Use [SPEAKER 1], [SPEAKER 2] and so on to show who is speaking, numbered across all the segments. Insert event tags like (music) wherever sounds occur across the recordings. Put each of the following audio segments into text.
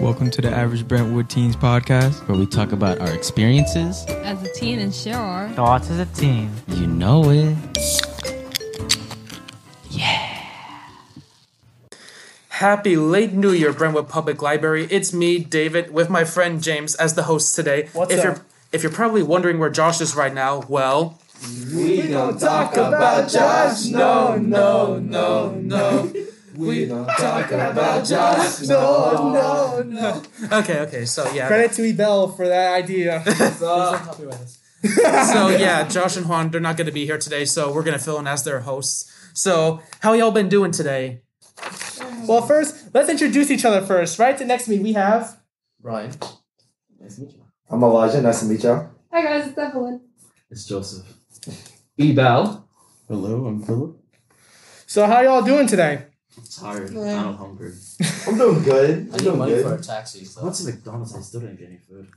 [SPEAKER 1] Welcome to the Average Brentwood Teens Podcast.
[SPEAKER 2] where we talk about our experiences.
[SPEAKER 3] as a teen and share our
[SPEAKER 4] Thoughts as a teen.
[SPEAKER 2] You know it.
[SPEAKER 5] Happy late New Year, Brentwood Public Library. It's me, David, with my friend James as the host today. What's if you're if you're probably wondering where Josh is right now, well,
[SPEAKER 6] Oh,
[SPEAKER 5] we don't talk about Josh. No, no, no, no. We don't talk about Josh. No, no, no. (laughs) Okay, okay. So yeah.
[SPEAKER 6] Credit to Ebel for that idea.
[SPEAKER 5] so yeah, Josh and Juan, they're not going to be here today, so we're going to fill in as their hosts. So, how y'all been doing today?
[SPEAKER 6] well, first, let's introduce each other first. Right to next to me, we have.
[SPEAKER 7] Ryan. Nice to meet you.
[SPEAKER 8] I'm Elijah. Nice to meet y'all.
[SPEAKER 3] Hi guys, it's Evelyn.
[SPEAKER 7] It's Joseph. Ebal.
[SPEAKER 8] Hello, I'm Philip.
[SPEAKER 6] So, how y'all doing
[SPEAKER 5] (laughs)
[SPEAKER 6] today? (laughs)
[SPEAKER 7] Tired. I'm hungry.
[SPEAKER 8] I'm doing good.
[SPEAKER 7] I
[SPEAKER 8] I'm
[SPEAKER 7] need
[SPEAKER 8] doing
[SPEAKER 7] money
[SPEAKER 8] good.
[SPEAKER 7] for a taxi. So. What's McDonald's? I still didn't get any food.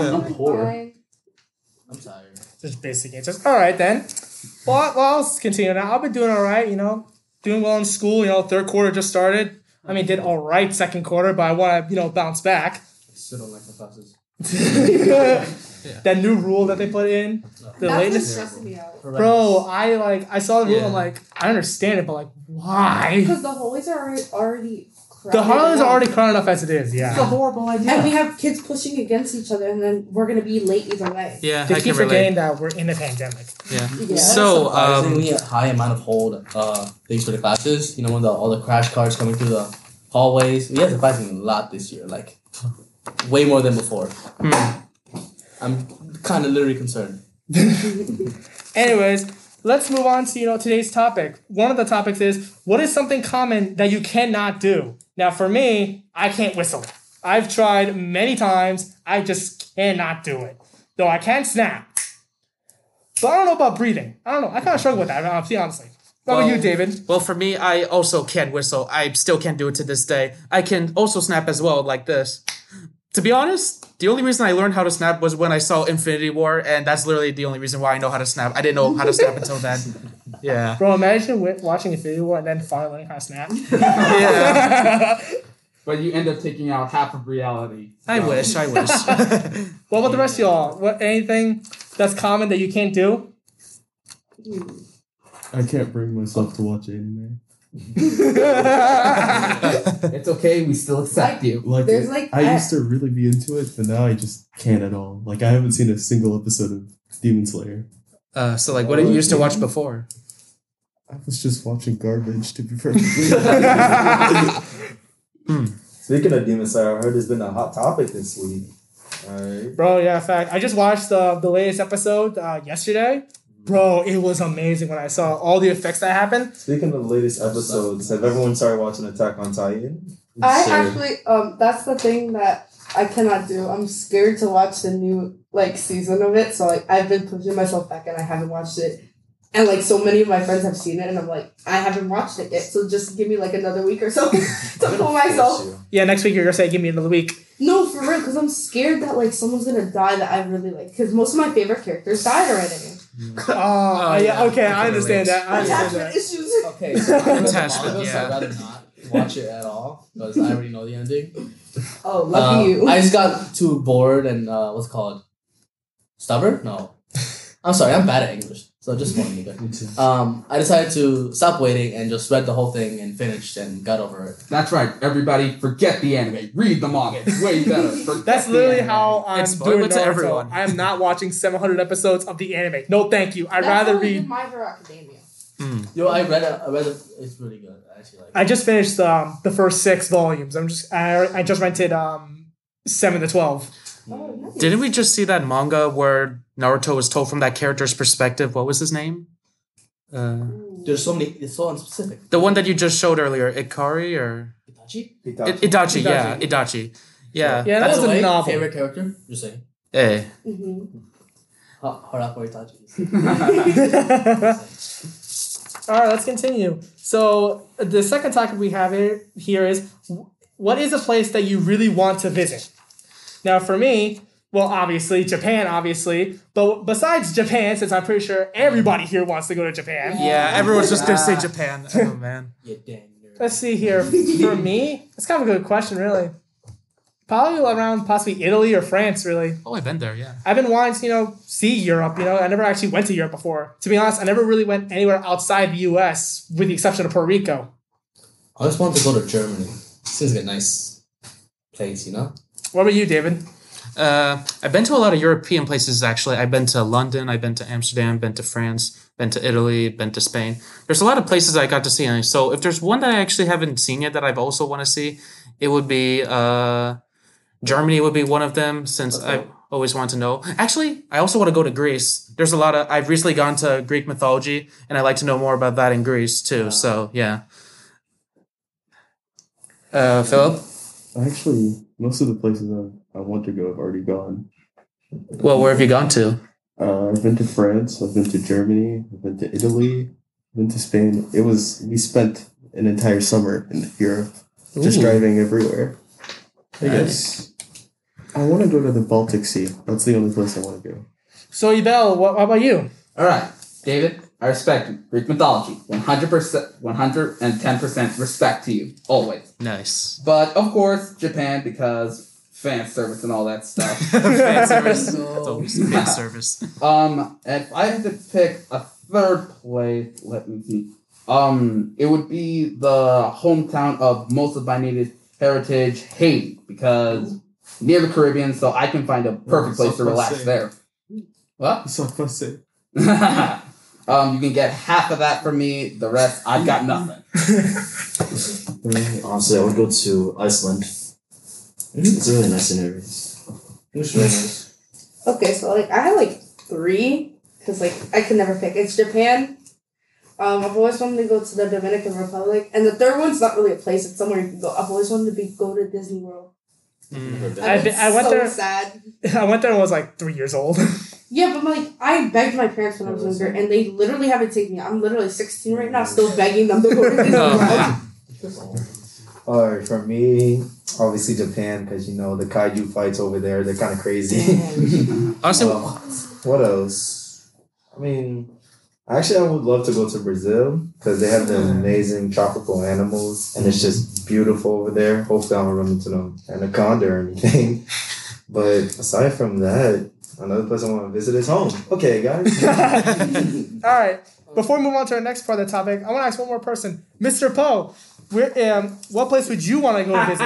[SPEAKER 3] I'm
[SPEAKER 7] poor. I'm tired.
[SPEAKER 6] Just basic answers. All right then. Well, well, I'll continue now. I've been doing all right. You know, doing well in school. You know, third quarter just started. I mean, did all right second quarter, but I want to you know bounce back.
[SPEAKER 7] Still don't like my classes.
[SPEAKER 6] (laughs) that new rule that they put in, the latest.
[SPEAKER 3] stressing me out.
[SPEAKER 6] Bro, I like I saw the rule.
[SPEAKER 7] Yeah.
[SPEAKER 6] I'm like, I understand it, but like, why?
[SPEAKER 9] Because the hallways are already, already crowded.
[SPEAKER 6] The Harlem's are already crowded enough as it is. Yeah.
[SPEAKER 9] It's a horrible idea. And we have kids pushing against each other, and then we're gonna be late either way.
[SPEAKER 5] Yeah,
[SPEAKER 6] They
[SPEAKER 5] I
[SPEAKER 6] keep
[SPEAKER 5] can relate.
[SPEAKER 6] forgetting that we're in a pandemic.
[SPEAKER 5] Yeah.
[SPEAKER 9] Yeah.
[SPEAKER 5] So, um,
[SPEAKER 7] surprisingly high amount of hold uh things for the classes. You know when the, all the crash cars coming through the hallways. We had surprisingly a lot this year. Like way more than before.
[SPEAKER 10] Hmm.
[SPEAKER 7] I'm kind of literally concerned.
[SPEAKER 6] Anyways, let's move on to you know today's topic. One of the topics is what is something common that you cannot do? Now for me, I can't whistle. I've tried many times. I just cannot do it. Though I can snap. But I don't know about breathing. I don't know. I kind of struggle with that. Honestly, honestly. What about
[SPEAKER 5] Well-
[SPEAKER 6] you, David?
[SPEAKER 5] Well, for me, I also can whistle. I still can't do it to this day. I can also snap as well, like this. To be honest, the only reason I learned how to snap was when I saw Infinity War, and that's literally the only reason why I know how to snap. I didn't know how to snap until
[SPEAKER 7] (laughs)
[SPEAKER 5] then. Yeah.
[SPEAKER 6] Bro, imagine wi- watching a video and then finally learning how to snap.
[SPEAKER 5] (laughs)
[SPEAKER 6] (laughs)
[SPEAKER 5] Yeah.
[SPEAKER 10] but you end up taking out half of reality.
[SPEAKER 5] I
[SPEAKER 10] So-
[SPEAKER 5] wish. I wish.
[SPEAKER 6] what about the rest of y'all? What anything that's common that you can't do?
[SPEAKER 5] (laughs)
[SPEAKER 8] I can't bring myself to watch anime.
[SPEAKER 10] It's okay. We still accept you.
[SPEAKER 8] Like,
[SPEAKER 9] There's like
[SPEAKER 8] I
[SPEAKER 9] that.
[SPEAKER 8] used to really be into it, but now I just can't at all. Like, I haven't seen a single episode of Demon Slayer.
[SPEAKER 5] Uh, so, like, what did you used to watch before?
[SPEAKER 8] I was just watching garbage, to be
[SPEAKER 7] (laughs)
[SPEAKER 8] Hmm. perfectly honest.
[SPEAKER 11] Speaking of Demon Slayer, I heard it's been a hot topic this week. Alright.
[SPEAKER 6] Bro, yeah, fact. I just watched the the latest episode uh, yesterday. Bro, it was amazing when I saw all the effects that happened.
[SPEAKER 11] Speaking of the latest episodes, have everyone started watching Attack on Titan?
[SPEAKER 9] I actually, um, that's the thing that I cannot do. I'm scared to watch the new like season of it. So like, I've been pushing myself back, and I haven't watched it. And like, so many of my friends have seen it, and I'm like, I haven't watched it yet. So just give me like another week or so (laughs) to pull myself
[SPEAKER 6] Yeah, next week you're gonna say give me another week. (laughs)
[SPEAKER 9] No, for real, because I'm scared that like someone's gonna die that I really like. Because most of my favorite characters died already.
[SPEAKER 6] Oh, yeah,
[SPEAKER 5] yeah,
[SPEAKER 6] okay,
[SPEAKER 5] I
[SPEAKER 6] I
[SPEAKER 5] can
[SPEAKER 6] understand
[SPEAKER 5] relate.
[SPEAKER 6] that. I understand
[SPEAKER 9] Attachment (laughs)
[SPEAKER 6] that.
[SPEAKER 9] issues.
[SPEAKER 10] (laughs)
[SPEAKER 7] Okay, so I read the
[SPEAKER 5] Attachment,
[SPEAKER 7] manga, so
[SPEAKER 5] yeah.
[SPEAKER 7] I'd rather not watch it at all because I already know the ending.
[SPEAKER 9] Oh, lucky
[SPEAKER 10] Um,
[SPEAKER 7] Uh,
[SPEAKER 9] you.
[SPEAKER 7] I just got too bored and uh, what's it called stubborn. No, I'm sorry, I'm bad at English, so just one me.
[SPEAKER 8] Me too.
[SPEAKER 7] Um, I decided to stop waiting and just read the whole thing and finished and got over it.
[SPEAKER 10] That's right. Everybody, forget the anime. Read the manga. It's way better. Forget
[SPEAKER 6] That's
[SPEAKER 10] the
[SPEAKER 6] literally
[SPEAKER 10] anime.
[SPEAKER 6] how I'm
[SPEAKER 5] It's spoiled
[SPEAKER 6] doing
[SPEAKER 5] to
[SPEAKER 6] Naruto.
[SPEAKER 5] everyone.
[SPEAKER 6] I am not watching 700 episodes of the anime. No, thank you. I'd
[SPEAKER 9] That's
[SPEAKER 6] rather
[SPEAKER 9] how I did
[SPEAKER 6] read.
[SPEAKER 9] My Hero Academia.
[SPEAKER 7] Yo, I read it. I read it. It's really good. I actually like.
[SPEAKER 6] I just finished um, the first six volumes. I'm just I, I just rented um seven to twelve.
[SPEAKER 10] Hmm.
[SPEAKER 9] Oh, nice.
[SPEAKER 5] Didn't we just see that manga where Naruto was told from that character's perspective? What was his name? Uh,
[SPEAKER 7] it. There's so many. It's so unspecific.
[SPEAKER 5] the one that you just showed earlier, Ikari or
[SPEAKER 7] Itachi.
[SPEAKER 11] Itachi.
[SPEAKER 5] I- Itachi? Yeah, Itachi. Yeah. Eh.
[SPEAKER 6] Yeah, that
[SPEAKER 7] By
[SPEAKER 6] was
[SPEAKER 7] the
[SPEAKER 6] a
[SPEAKER 7] way,
[SPEAKER 6] novel.
[SPEAKER 7] Favorite character? You're saying
[SPEAKER 5] Hey.
[SPEAKER 9] Mhm.
[SPEAKER 7] Ha- Harako Itachi.
[SPEAKER 6] (laughs) All right, let's continue. So the second topic we have here, here is wh- what is a place that you really want to visit? Now, for me, well, obviously Japan, obviously, but besides Japan, since I'm pretty sure everybody here wants to go to Japan.
[SPEAKER 5] Yeah, everyone's just gonna say Japan. Oh man.
[SPEAKER 7] Yeah, dang. nerd.
[SPEAKER 6] Let's see here. For me, it's kind of a good question, really. Probably around possibly Italy or France, really.
[SPEAKER 5] Oh, I've been there, yeah.
[SPEAKER 6] I've been wanting to, you know, see Europe. You know, I never actually went to Europe before. To be honest, I never really went anywhere outside the U.S. with the exception of Puerto Rico.
[SPEAKER 7] I just want to go to Germany. Seems like a nice place, you know?
[SPEAKER 6] What about you, David?
[SPEAKER 5] Uh, I've been to a lot of European places actually. I've been to London, I've been to Amsterdam, been to France, been to Italy, been to Spain. There's a lot of places I got to see. And so if there's one that I actually haven't seen yet that I've also want to see, it would be uh, Germany would be one of them since I always want to know. Actually, I also want to go to Greece. There's a lot of I've recently gone to Greek mythology and I like to know more about that in Greece too. So yeah. Uh, Philip,
[SPEAKER 8] (laughs) Actually, most of the places I, I want to go have already gone.
[SPEAKER 5] well, where have you gone to?
[SPEAKER 8] Uh, I've been to France. I've been to Germany. I've been to Italy. I've been to Spain. It was we spent an entire summer in Europe, just
[SPEAKER 5] Ooh.
[SPEAKER 8] driving everywhere. I guess I want to go to the Baltic Sea. That's the only place I want to go.
[SPEAKER 6] So, Ibel, what, what about you?
[SPEAKER 10] All right, David, I respect you. Greek mythology, 100%, 110% respect to you, always.
[SPEAKER 5] Nice.
[SPEAKER 10] But of course, Japan, because fan service and all that stuff.
[SPEAKER 5] (laughs) fan service.
[SPEAKER 7] (laughs)
[SPEAKER 5] It's always fan service.
[SPEAKER 10] um, if I had to pick a third place, let me see. Um, it would be the hometown of most of my native heritage, Haiti, because near the Caribbean, so I can find a perfect place to
[SPEAKER 8] so
[SPEAKER 10] relax
[SPEAKER 8] safe.
[SPEAKER 10] there. What?
[SPEAKER 8] So if I say
[SPEAKER 10] (laughs)
[SPEAKER 9] (laughs)
[SPEAKER 10] um, you can get half of that from me. The rest, I've got nothing.
[SPEAKER 8] Mm-hmm.
[SPEAKER 4] Honestly, I would go to Iceland. It's really nice in there.
[SPEAKER 9] Okay, so like I have like three because like I can never pick. It's Japan. Um, I've always wanted to go to the Dominican Republic, and the third one's not really a place. It's somewhere you can go. I've always wanted to be go to Disney World.
[SPEAKER 7] Mm-hmm.
[SPEAKER 6] I
[SPEAKER 9] I've been
[SPEAKER 6] be- I went
[SPEAKER 9] so
[SPEAKER 6] there-
[SPEAKER 9] Sad.
[SPEAKER 6] (laughs) I went there and was like three years old. (laughs)
[SPEAKER 9] Yeah, but like I begged my parents when I was younger, and they literally haven't taken me. I'm literally 16 right now, still begging them to
[SPEAKER 5] (laughs)
[SPEAKER 9] go to Disney
[SPEAKER 5] Oh,
[SPEAKER 10] (laughs)
[SPEAKER 9] World.
[SPEAKER 5] man.
[SPEAKER 11] Alright, for me, obviously Japan, because you know the kaiju fights over there, they're kind of crazy. (laughs)
[SPEAKER 5] Honestly,
[SPEAKER 10] Oh.
[SPEAKER 11] Um, what else? I mean, actually, I would love to go to Brazil because they have the amazing tropical animals, and it's just beautiful over there. Hopefully, I don't run into no anaconda or anything. (laughs) But aside from that, another place I want to visit is home. Okay, guys.
[SPEAKER 6] All right. Before we move on to our next part of the topic, I want to ask one more person, Mr. Poe. Where, um, what place would you want to go visit?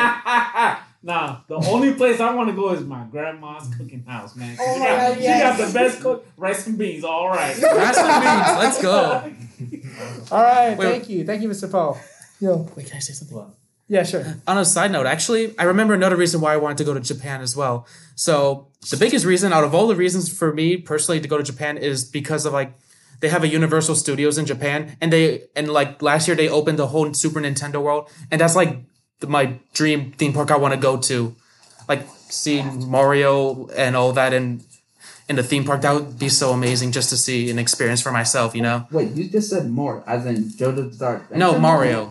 [SPEAKER 12] nah, the only place I want to go is my grandma's cooking house, man.
[SPEAKER 9] Oh
[SPEAKER 12] she,
[SPEAKER 9] my
[SPEAKER 12] got,
[SPEAKER 9] God,
[SPEAKER 12] she
[SPEAKER 9] yes.
[SPEAKER 12] got the best cook rice and beans. All
[SPEAKER 9] (laughs)
[SPEAKER 12] right,
[SPEAKER 5] Rice and beans, let's go.
[SPEAKER 6] All right.
[SPEAKER 5] Wait.
[SPEAKER 6] Thank you. Thank you, Mr. Poe. Yo.
[SPEAKER 5] wait, can I say something?
[SPEAKER 6] Yeah, sure.
[SPEAKER 5] on a side note, actually, I remember another reason why I wanted to go to Japan as well. So the biggest reason out of all the reasons for me personally to go to Japan is because of like they have a Universal Studios in Japan and they and like last year they opened the whole Super Nintendo world and that's like the, my dream theme park I want to go to. Like see Mario and all that in in the theme park that would be so amazing just to see and experience for myself, you know.
[SPEAKER 10] Wait, you just said Mario, as in JoJo's Bizarre Adventure?
[SPEAKER 5] No, Mario.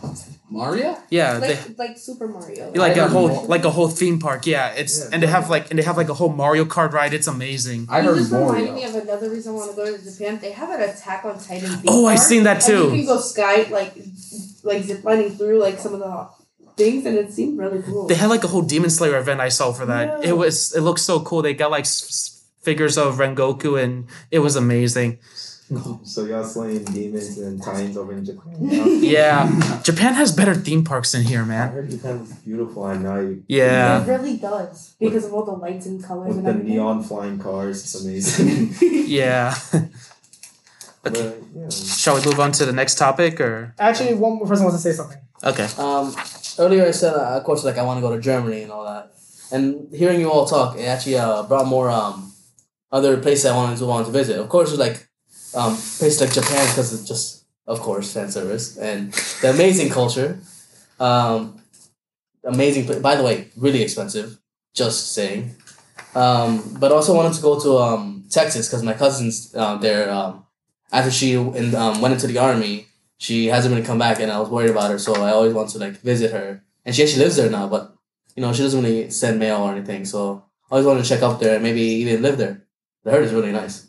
[SPEAKER 10] Mario?
[SPEAKER 5] Yeah, they-
[SPEAKER 9] Like like Super Mario.
[SPEAKER 5] Yeah, like
[SPEAKER 10] I
[SPEAKER 5] a
[SPEAKER 10] heard
[SPEAKER 5] whole
[SPEAKER 10] Mar-
[SPEAKER 5] like a whole theme park. Yeah, it's
[SPEAKER 11] Yeah.
[SPEAKER 5] and they have like and they have like a whole Mario Kart ride. It's amazing.
[SPEAKER 10] I
[SPEAKER 9] you
[SPEAKER 10] heard
[SPEAKER 9] just reminded me
[SPEAKER 10] Mario.
[SPEAKER 9] of another reason I want to go to Japan. They have an Attack on Titan. theme
[SPEAKER 5] Oh, I've
[SPEAKER 9] park,
[SPEAKER 5] seen that
[SPEAKER 9] and
[SPEAKER 5] too.
[SPEAKER 9] you can go sky like like ziplining through like some of the things, and it seemed really cool.
[SPEAKER 5] They had like a whole Demon Slayer event I saw for that. It was it looked so cool. They got like s- s- figures of Rengoku and it was amazing.
[SPEAKER 11] so y'all slaying demons and titans over in Japan. now?
[SPEAKER 5] Yeah, Japan has better theme parks in here,
[SPEAKER 11] I
[SPEAKER 5] man.
[SPEAKER 11] heard Japan was beautiful at night.
[SPEAKER 5] Yeah.
[SPEAKER 9] It really does because of all the lights and colors
[SPEAKER 11] With
[SPEAKER 9] and
[SPEAKER 11] the
[SPEAKER 9] everything. (laughs)
[SPEAKER 11] neon flying cars, it's amazing. (laughs)
[SPEAKER 5] Yeah. (laughs)
[SPEAKER 11] but yeah,
[SPEAKER 5] Shall we move on to the next topic or
[SPEAKER 6] Actually, one more person wants to say something.
[SPEAKER 5] okay?
[SPEAKER 7] Um, earlier I said, uh, of course, like I want to go to Germany and all that. And hearing you all talk, it actually uh, brought more um, other places I wanted to want to visit. Of course, like um, places like Japan because it's just, of course, fan service and the amazing culture. Um, amazing. pla- By the way, really expensive. Just saying. Um, but also wanted to go to um, Texas because my cousin's uh, there. Um, after she in, um, went into the army, she hasn't really come back and I was worried about her, so I always want to like visit her. And she actually lives there now, but you know, she doesn't really send mail or anything, so I always wanted to check up there and maybe even live there. The herd is really nice.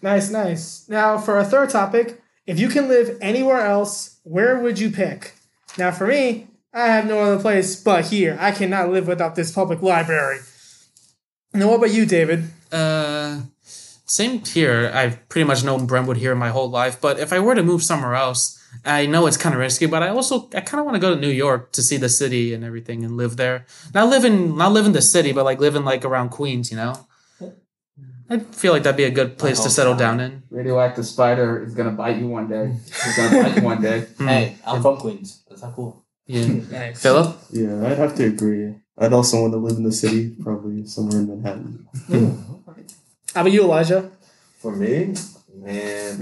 [SPEAKER 6] Nice, nice. Now, for our third topic, if you can live anywhere else, where would you pick? Now, for me, I have no other place but here. I cannot live without this public library. Now, what about you, David?
[SPEAKER 5] Uh, same here. I've pretty much known Brentwood here my whole life, but if I were to move somewhere else, I know it's kind of risky, but I also I kind of want to go to New York to see the city and everything and live there. Not live in not live in the city, but like living like around Queens, you know. I feel like that'd be a good place to settle down in.
[SPEAKER 10] Radioactive spider is gonna bite you one day. It's gonna bite you one
[SPEAKER 11] (laughs)
[SPEAKER 10] day.
[SPEAKER 12] Hmm.
[SPEAKER 7] Hey, I'm from Queens. That's not cool.
[SPEAKER 5] Yeah.
[SPEAKER 10] Nice.
[SPEAKER 5] Philip?
[SPEAKER 8] Yeah, I'd have to agree. I'd also want to live in the city, probably somewhere in Manhattan.
[SPEAKER 6] How about you, Elijah? (laughs)
[SPEAKER 11] For me, man,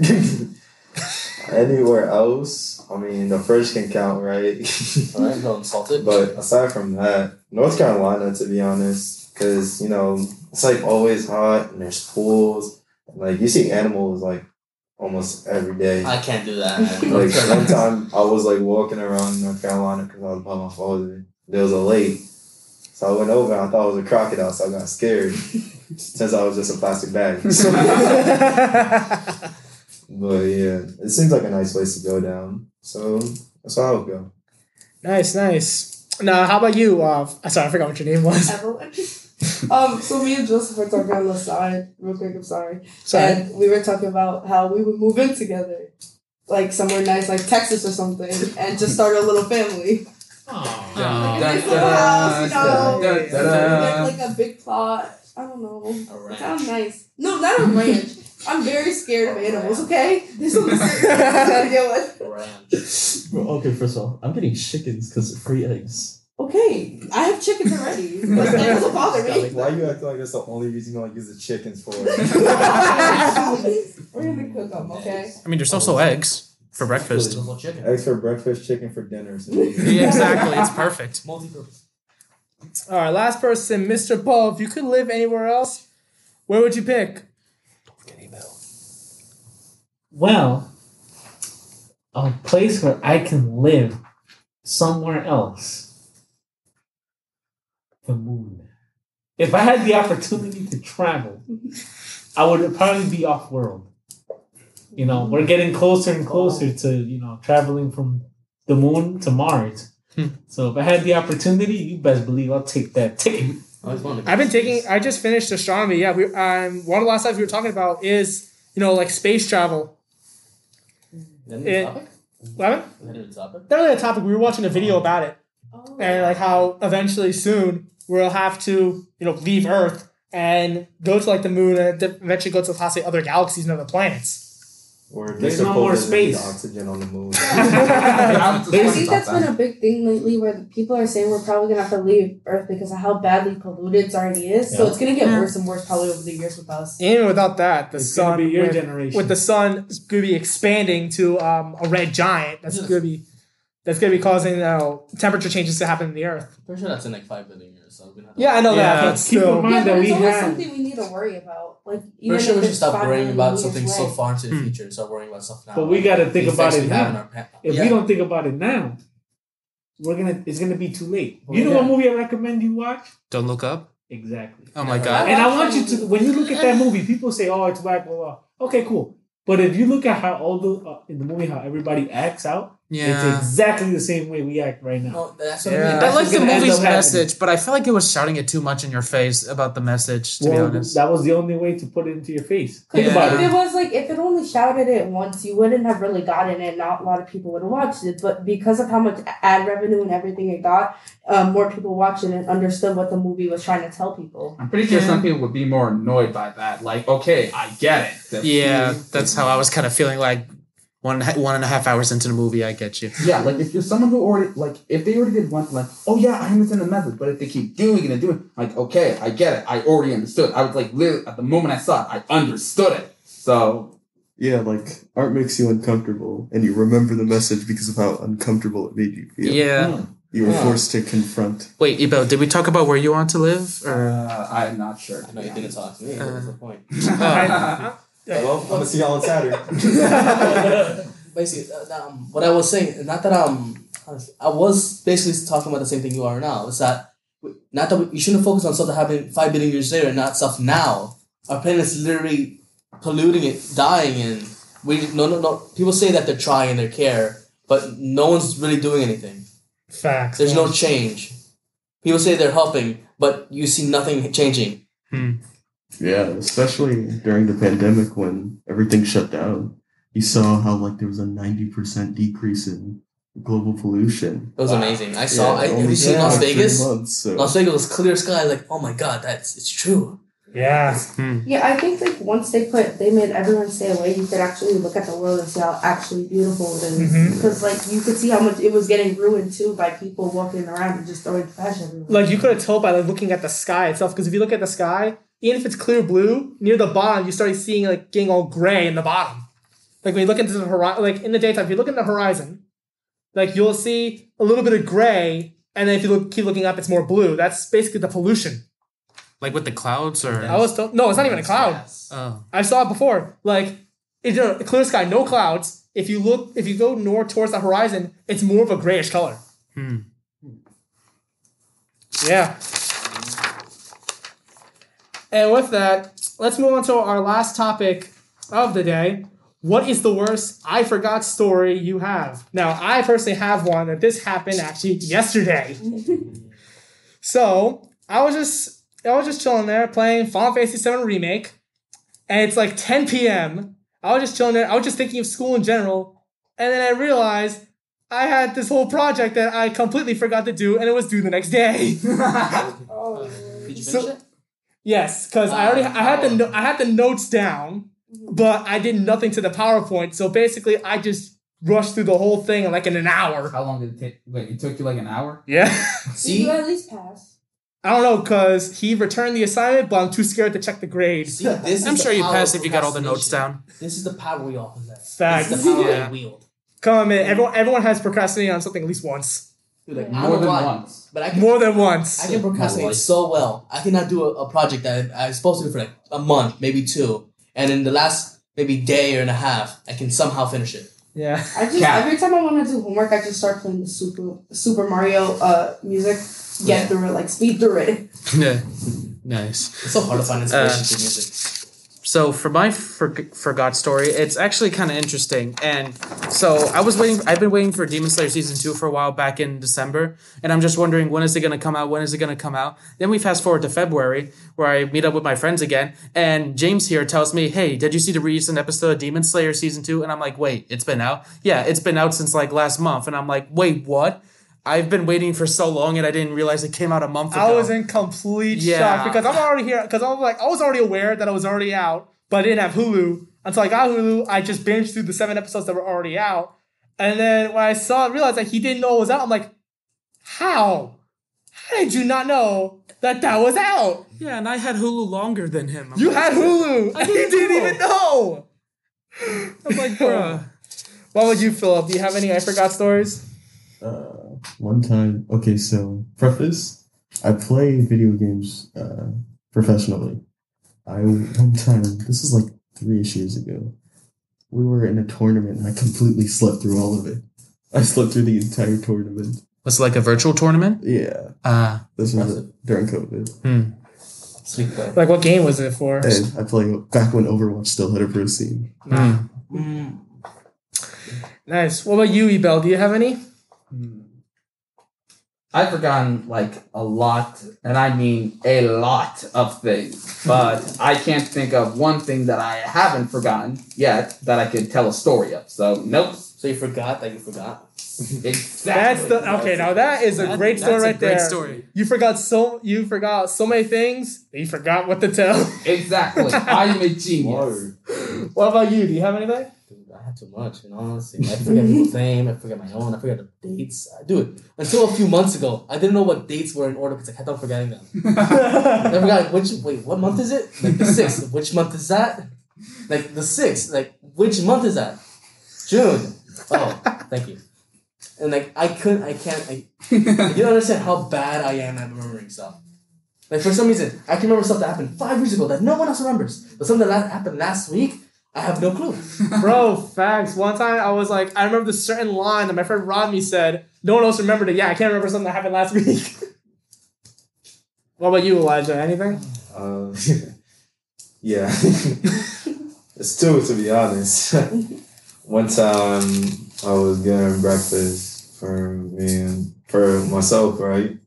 [SPEAKER 11] (laughs) anywhere else, I mean, the first can count, right? (laughs)
[SPEAKER 7] I'm not insulted.
[SPEAKER 11] But aside from that, North Carolina, to be honest, because you know it's like always hot and there's pools. And, like you see animals like almost every day.
[SPEAKER 7] I can't do that.
[SPEAKER 11] (laughs) Like one time, I was like walking around North Carolina because I was by my father. There was a lake, so I went over. and I thought it was a crocodile, so I got scared since I was just a plastic bag. but yeah, it seems like a nice place to go down. So that's how I would go.
[SPEAKER 6] Nice, nice. Now, how about you? Uh, f- sorry, I forgot what your name was.
[SPEAKER 9] Evelyn. um, so me and Joseph were talking on the side, real quick, I'm sorry.
[SPEAKER 6] Sorry.
[SPEAKER 9] And we were talking about how we would move in together, like somewhere nice, like Texas or something, and just start a little family.
[SPEAKER 12] Oh,
[SPEAKER 9] (laughs) Like a nice little house, you know, with, like a big plot. I don't know. It sounds nice. No, not a ranch. I'm very scared of animals, okay? There's something serious I gotta deal
[SPEAKER 7] (laughs)
[SPEAKER 9] with.
[SPEAKER 13] Well, okay, first of all, I'm getting chickens because of free eggs.
[SPEAKER 9] Okay, I have chickens already. Like, that doesn't bother me.
[SPEAKER 11] Why you acting like that's the only reason you like use the chickens for?
[SPEAKER 9] (laughs) We're gonna cook them, okay?
[SPEAKER 5] I mean, there's also eggs for
[SPEAKER 8] (laughs)
[SPEAKER 5] breakfast.
[SPEAKER 11] Eggs for breakfast, chicken for dinner.
[SPEAKER 5] Yeah, exactly. It's perfect.
[SPEAKER 6] All right, last person, Mr. Paul. If you could live anywhere else, where would you pick?
[SPEAKER 12] Well, a place where I can live somewhere else. The moon. If I had the opportunity to travel, I would probably be off world. You know, we're getting closer and closer to, you know, traveling from the moon to Mars. So if I had the opportunity, you best believe I'll take that ticket.
[SPEAKER 6] I've been taking. I just finished astronomy. Yeah, we. Um, one of the last times we were talking about is you know like space travel. It- What? Not really a topic. We were watching a video about it, and like how eventually soon we'll have to you know leave Earth and go to like the moon and de- eventually go to possibly other galaxies and other planets. (laughs)
[SPEAKER 11] Or
[SPEAKER 12] There's no more space.
[SPEAKER 11] Oxygen on the moon.
[SPEAKER 9] I think
[SPEAKER 11] about
[SPEAKER 9] that's been a big thing lately where people are saying we're probably gonna have to leave Earth because of how badly polluted it already is. So
[SPEAKER 6] Yeah.
[SPEAKER 9] it's gonna get
[SPEAKER 6] Yeah.
[SPEAKER 9] worse and worse probably over the years with us.
[SPEAKER 6] Even without that, the sun
[SPEAKER 12] be your
[SPEAKER 6] with,
[SPEAKER 12] generation.
[SPEAKER 6] with the sun is going to be expanding to um, a red giant. That's going to be that's going to be causing uh, temperature changes to happen in the Earth.
[SPEAKER 7] I'm pretty sure that's in like five billion years. So we're gonna have to-
[SPEAKER 6] Yeah, I know that, but
[SPEAKER 12] keep in
[SPEAKER 6] still.
[SPEAKER 12] mind
[SPEAKER 9] yeah, but
[SPEAKER 12] that
[SPEAKER 9] it's
[SPEAKER 12] we
[SPEAKER 9] always
[SPEAKER 12] have-
[SPEAKER 9] something we need to worry about. Like even
[SPEAKER 7] Pretty sure
[SPEAKER 9] if
[SPEAKER 7] we should
[SPEAKER 9] it's
[SPEAKER 7] stop
[SPEAKER 9] five
[SPEAKER 7] worrying
[SPEAKER 9] million
[SPEAKER 7] about
[SPEAKER 9] years
[SPEAKER 7] something
[SPEAKER 9] away.
[SPEAKER 7] so far into the future and start worrying about stuff now.
[SPEAKER 12] Hmm. But we got to think
[SPEAKER 7] The
[SPEAKER 12] about
[SPEAKER 7] effects
[SPEAKER 12] it
[SPEAKER 7] we have in
[SPEAKER 12] now.
[SPEAKER 7] our pa-
[SPEAKER 12] If
[SPEAKER 7] yeah.
[SPEAKER 12] we don't think about it now, we're gonna it's gonna be too late.
[SPEAKER 5] Well,
[SPEAKER 12] you know
[SPEAKER 5] yeah.
[SPEAKER 12] what movie I recommend you watch?
[SPEAKER 5] Don't look up.
[SPEAKER 12] Exactly.
[SPEAKER 5] Oh my
[SPEAKER 12] And
[SPEAKER 5] god.
[SPEAKER 12] I want you to when you look at that movie, people say, "Oh, it's black, blah blah." Okay, cool. But if you look at how all the uh, in the movie how everybody acts out,
[SPEAKER 5] Yeah.
[SPEAKER 12] it's exactly the same way we act right now.
[SPEAKER 7] No, that's what Uh, I mean.
[SPEAKER 5] Yeah. I
[SPEAKER 7] That's
[SPEAKER 5] like
[SPEAKER 7] what's
[SPEAKER 5] the
[SPEAKER 7] gonna end
[SPEAKER 5] movie's
[SPEAKER 7] up happening.
[SPEAKER 5] message, but I feel like it was shouting it too much in your face about the message. To
[SPEAKER 12] Well,
[SPEAKER 5] be honest,
[SPEAKER 12] that was the only way to put it into your face. Think
[SPEAKER 5] Yeah.
[SPEAKER 12] about
[SPEAKER 9] If
[SPEAKER 12] it.
[SPEAKER 9] it was like if it only shouted it once, you wouldn't have really gotten it. Not a lot of people would have watched it, but because of how much ad revenue and everything it got, um, more people watched it and understood what the movie was trying to tell
[SPEAKER 12] (laughs)
[SPEAKER 9] people. (laughs)
[SPEAKER 10] I'm pretty sure some people would be more annoyed by that. Like, okay, I get it. That's-
[SPEAKER 5] yeah, that's how I was kind of feeling like one one and a half hours into the movie. I get you.
[SPEAKER 10] Yeah, like if you're someone who already like if they already did one like, oh yeah, I understand the method, but if they keep doing it and doing it, like, okay, I get it, I already understood. I was like literally at the moment I saw it, I understood it. So
[SPEAKER 8] Yeah, like art makes you uncomfortable, and you remember the message because of how uncomfortable it made you feel.
[SPEAKER 5] Yeah.
[SPEAKER 8] You were
[SPEAKER 5] Yeah.
[SPEAKER 8] forced to confront.
[SPEAKER 5] Wait, Ibo, did we talk about where you want to live? Or?
[SPEAKER 10] Uh, I'm not sure.
[SPEAKER 7] No, you didn't talk to me. What's the point?
[SPEAKER 5] Oh,
[SPEAKER 11] Hello, I'm gonna see y'all on Saturday.
[SPEAKER 7] basically, uh, um, what I was saying, not that um, I was basically talking about the same thing you are now. Is that we- not that we, you shouldn't focus on stuff that happened five billion years later, and not stuff now. Our planet is literally polluting it, dying, and we no no no. People say that they're trying, they care, but no one's really doing anything.
[SPEAKER 6] Facts.
[SPEAKER 7] There's no change. People say they're helping, but you see nothing changing.
[SPEAKER 8] (laughs) Yeah, especially during the pandemic when everything shut down. You saw how like there was a ninety percent decrease in global pollution.
[SPEAKER 7] It was amazing. I saw. I, have you seen Las Vegas? Las Vegas was clear sky. Like, oh my god, that's it's true.
[SPEAKER 6] Yeah.
[SPEAKER 9] Yeah, I think like once they put they made everyone stay away, you could actually look at the world and see how actually beautiful it
[SPEAKER 12] Mm-hmm.
[SPEAKER 9] is.
[SPEAKER 6] Mhm.
[SPEAKER 9] Because like you could see how much it was getting ruined too by people walking around and just throwing trash everywhere.
[SPEAKER 6] Like you could have told by like looking at the sky itself, because if you look at the sky, even if it's clear blue, near the bottom you start seeing like getting all gray in the bottom. Like when you look into the horizon, like in the daytime, if you look at the horizon, like you'll see a little bit of gray, and then if you look, keep looking up, it's more blue. That's basically the pollution.
[SPEAKER 5] Like with the clouds or
[SPEAKER 6] I was told, no, it's not even a cloud.
[SPEAKER 5] Oh.
[SPEAKER 6] I saw it before. Like it's a clear sky, no clouds. If you look, if you go north towards the horizon, it's more of a grayish color.
[SPEAKER 5] Hmm.
[SPEAKER 6] Yeah. And with that, let's move on to our last topic of the day. What is the worst I forgot story you have? Now, I personally have one that this happened actually yesterday. so I was just I was just chilling there playing Final Fantasy VII Remake, and it's like 10 p.m. I was just chilling there. I was just thinking of school in general, and then I realized I had this whole project that I completely forgot to do, and it was due the next
[SPEAKER 10] (laughs)
[SPEAKER 6] day.
[SPEAKER 7] Did you
[SPEAKER 6] So- Yes, because I already I had the no- I had the notes down,
[SPEAKER 10] Mm-hmm.
[SPEAKER 6] but I did nothing to the PowerPoint. So basically, I just rushed through the whole thing in like in an hour.
[SPEAKER 10] How long did it take? Wait, it took you like an hour?
[SPEAKER 6] Yeah. (laughs)
[SPEAKER 9] Did you at least pass?
[SPEAKER 6] I don't know because he returned the assignment, but I'm too scared to check the grade.
[SPEAKER 7] this
[SPEAKER 5] I'm
[SPEAKER 7] is
[SPEAKER 5] sure
[SPEAKER 7] the
[SPEAKER 5] you
[SPEAKER 7] power
[SPEAKER 5] passed
[SPEAKER 7] of
[SPEAKER 5] if you got all the notes down.
[SPEAKER 7] This is the power we all possess.
[SPEAKER 6] Facts.
[SPEAKER 7] This is the power
[SPEAKER 6] Yeah.
[SPEAKER 7] we wield.
[SPEAKER 6] Come in. Everyone, everyone has procrastinated on something at least once.
[SPEAKER 7] Dude, like,
[SPEAKER 6] Yeah.
[SPEAKER 7] I
[SPEAKER 6] More
[SPEAKER 7] don't
[SPEAKER 6] than
[SPEAKER 7] want-
[SPEAKER 6] once.
[SPEAKER 7] But I can,
[SPEAKER 6] More than once.
[SPEAKER 7] I can procrastinate so well. I cannot do a, a project that I, I was supposed to do for like a month, maybe two, and in the last maybe day or and a half, I can somehow finish it.
[SPEAKER 6] Yeah.
[SPEAKER 9] I just
[SPEAKER 7] Yeah.
[SPEAKER 9] every time I want to do homework, I just start playing the Super Super Mario uh music, get
[SPEAKER 7] Yeah.
[SPEAKER 9] through it, like speed through it.
[SPEAKER 5] (laughs) Yeah. Nice.
[SPEAKER 7] It's so hard to find inspiration
[SPEAKER 5] Uh,
[SPEAKER 7] through music.
[SPEAKER 5] So for my for- forgot story, it's actually kind of interesting. And so I was waiting. I've been waiting for Demon Slayer season two for a while back in December, and I'm just wondering when is it gonna come out? When is it gonna come out? Then we fast forward to February, where I meet up with my friends again, and James here tells me, "Hey, did you see the recent episode of Demon Slayer season two? And I'm like, "Wait, it's been out? Yeah, it's been out since like last month." And I'm like, "Wait, what?" I've been waiting for so long, and I didn't realize it came out a month ago.
[SPEAKER 6] I was in complete
[SPEAKER 5] Yeah.
[SPEAKER 6] shock because I'm already here because I'm like I was already aware that I was already out, but I didn't have Hulu until I got Hulu. I just binged through the seven episodes that were already out, and then when I saw it, realized that he didn't know it was out. I'm like, how? How did you not know that that was out?
[SPEAKER 5] yeah, and I had Hulu longer than him. I'm
[SPEAKER 6] You
[SPEAKER 5] like,
[SPEAKER 6] had Hulu.
[SPEAKER 5] I
[SPEAKER 6] and you
[SPEAKER 5] didn't
[SPEAKER 6] didn't
[SPEAKER 5] know.
[SPEAKER 6] even know. I'm like, bruh. What would you, Philip? Do you have any I forgot stories?
[SPEAKER 8] Uh, one time, okay, so preface, I play video games uh, professionally. I one time, this is like three years ago, we were in a tournament and I completely slept through all of it. I slept through the entire tournament.
[SPEAKER 5] Was it like a virtual tournament?
[SPEAKER 8] Yeah,
[SPEAKER 5] Ah,
[SPEAKER 8] this was it, during COVID.
[SPEAKER 5] hmm.
[SPEAKER 7] Sweet though.
[SPEAKER 6] Like, what game was it for?
[SPEAKER 8] And I play back when Overwatch still had a pro scene.
[SPEAKER 6] Nice. What about you, Ebel? Do you have any?
[SPEAKER 10] I've forgotten like a lot, and I mean a lot of things,
[SPEAKER 9] (laughs)
[SPEAKER 10] but I can't think of one thing that I haven't forgotten yet that I
[SPEAKER 9] (laughs)
[SPEAKER 10] could tell a story of. So, nope.
[SPEAKER 7] So you forgot that you forgot.
[SPEAKER 10] Exactly.
[SPEAKER 6] That's the okay. Now that is a
[SPEAKER 5] That-
[SPEAKER 6] great story
[SPEAKER 5] that's a
[SPEAKER 6] right
[SPEAKER 5] great
[SPEAKER 6] there.
[SPEAKER 5] story.
[SPEAKER 6] You forgot so you forgot so many things. that You forgot what to
[SPEAKER 5] (laughs)
[SPEAKER 6] tell.
[SPEAKER 10] Exactly. I am a genius.
[SPEAKER 6] what about you? Do you have
[SPEAKER 5] (laughs)
[SPEAKER 6] anything?
[SPEAKER 7] Dude, I had too much, and honestly, I forget people's name, I forget my own, I forget the dates. I- Dude, until a few months ago, I didn't know what dates were in order because I kept on forgetting them. I forgot which wait, what month is it? Like the sixth. Which month is that? Like the sixth. Like which month is that? June. Oh, thank you. And like I couldn't, I can't. I, you don't understand how bad I am at remembering stuff. Like for some reason, I can remember stuff that happened five years ago that no one else remembers, but something that happened last week, I have no clue.
[SPEAKER 6] Bro, facts. One time I was like, I remember this certain line that my friend Rodney said. No one else remembered it. Yeah, I can't remember something that happened last (laughs) week. what about you, Elijah? Anything?
[SPEAKER 11] Uh, yeah. it's two, to be honest. Um, One time I was getting breakfast for me and for myself, right?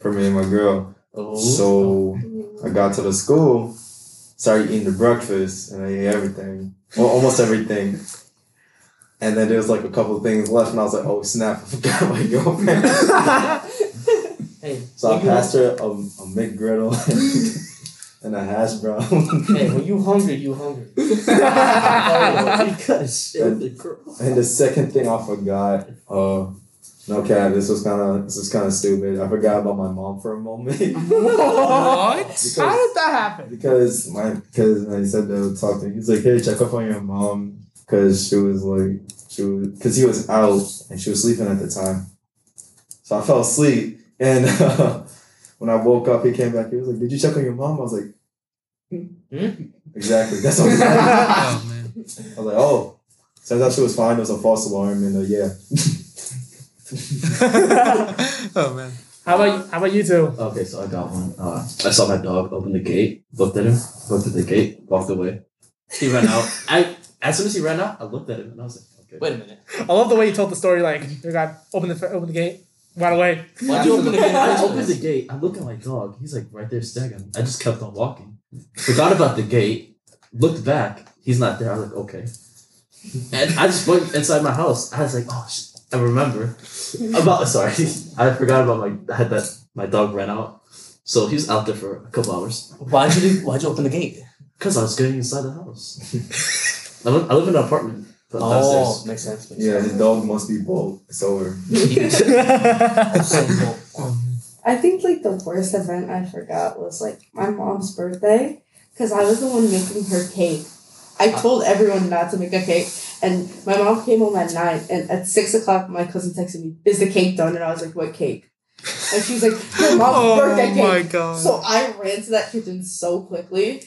[SPEAKER 11] For me and my girl.
[SPEAKER 7] Oh.
[SPEAKER 11] So I got to the school, started eating the breakfast, and I ate everything. Well, almost everything. And then there was like a couple of things left, and I was like, oh snap, I forgot my girlfriend.
[SPEAKER 7] (laughs) Hey,
[SPEAKER 11] So I
[SPEAKER 7] when you-
[SPEAKER 11] passed her a, a McGriddle (laughs) and a hash brown.
[SPEAKER 7] Hey, when you hungry, you
[SPEAKER 11] (laughs)
[SPEAKER 7] hungry.
[SPEAKER 11] Oh,
[SPEAKER 7] And-
[SPEAKER 11] And the second thing I forgot, uh, no cap, this was kind of this was kind of stupid. I forgot about my mom for a moment
[SPEAKER 5] what? How did that happen?
[SPEAKER 11] because my because I said they would talk to me. He's like, hey, check up on your mom because she was like she was because he was out and she was sleeping at the time. So I fell asleep and (laughs) when I woke up, he came back. He was like, did you check on your mom? I was like, Hmm? exactly. That's what. I (laughs)
[SPEAKER 5] oh, man.
[SPEAKER 11] I was like, oh. So I thought she was fine. It was a false alarm, and uh, yeah.
[SPEAKER 5] oh man.
[SPEAKER 6] How about how about you two?
[SPEAKER 13] Okay, so I got one. Uh, I saw my dog open the gate, looked at him, looked at the gate, walked away. He ran out. I as soon as he ran out, I looked at him and I was like, okay.
[SPEAKER 7] Wait a minute.
[SPEAKER 6] I love the way you told the story. Like the guy opened the open the gate, ran away.
[SPEAKER 13] Why'd you open the gate?
[SPEAKER 7] I
[SPEAKER 13] I
[SPEAKER 7] opened
[SPEAKER 13] opened the gate. I look at my dog. He's like right there staring at me. I just kept on walking. Forgot about the gate. Looked back. He's not there. I was like, okay. And I just went inside my house. I was like, oh, shit. I remember about. Sorry, (laughs) I forgot about my. I had that my dog ran out, so he was out there for a couple hours.
[SPEAKER 7] Why'd you do, Why'd you open the gate?
[SPEAKER 13] Cause I was getting inside the house. I live, I live in an apartment. Oh. but
[SPEAKER 7] Oh,
[SPEAKER 13] downstairs.
[SPEAKER 7] makes sense. Makes
[SPEAKER 11] Yeah, his dog must be bald. It's over.
[SPEAKER 5] (laughs)
[SPEAKER 13] (laughs)
[SPEAKER 9] I think like the worst event I forgot was like my mom's birthday because I was the one making her cake. I told everyone not to make a cake, and my mom came home at nine, and at six o'clock my cousin texted me, "Is the cake done?" And I was like, "What cake?" And she was like,
[SPEAKER 5] (laughs)
[SPEAKER 9] "Your mom's
[SPEAKER 5] Oh
[SPEAKER 9] birthday cake."
[SPEAKER 5] my God.
[SPEAKER 9] So I ran to that kitchen so quickly.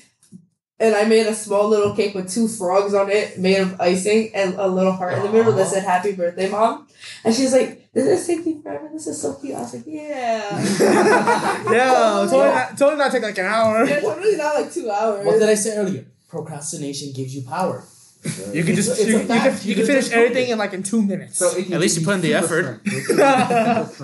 [SPEAKER 9] And I made a small little cake with two frogs on it, made of icing, and a little heart in the middle that said "Happy Birthday, Mom." And she's like, "Does this take you forever? This is so cute." I was like,
[SPEAKER 5] (laughs)
[SPEAKER 9] "Yeah."
[SPEAKER 7] (laughs)
[SPEAKER 6] Yeah, totally not, totally not take like an hour.
[SPEAKER 9] Yeah, totally not like two hours.
[SPEAKER 7] What did I say earlier? Procrastination gives you power.
[SPEAKER 6] You can just
[SPEAKER 7] It's a- it's
[SPEAKER 6] you,
[SPEAKER 7] a
[SPEAKER 6] you can,
[SPEAKER 7] fact.
[SPEAKER 6] you can
[SPEAKER 7] can
[SPEAKER 6] finish
[SPEAKER 7] just
[SPEAKER 6] everything in like in two minutes. (laughs)
[SPEAKER 7] So it
[SPEAKER 5] At least you put in the effort.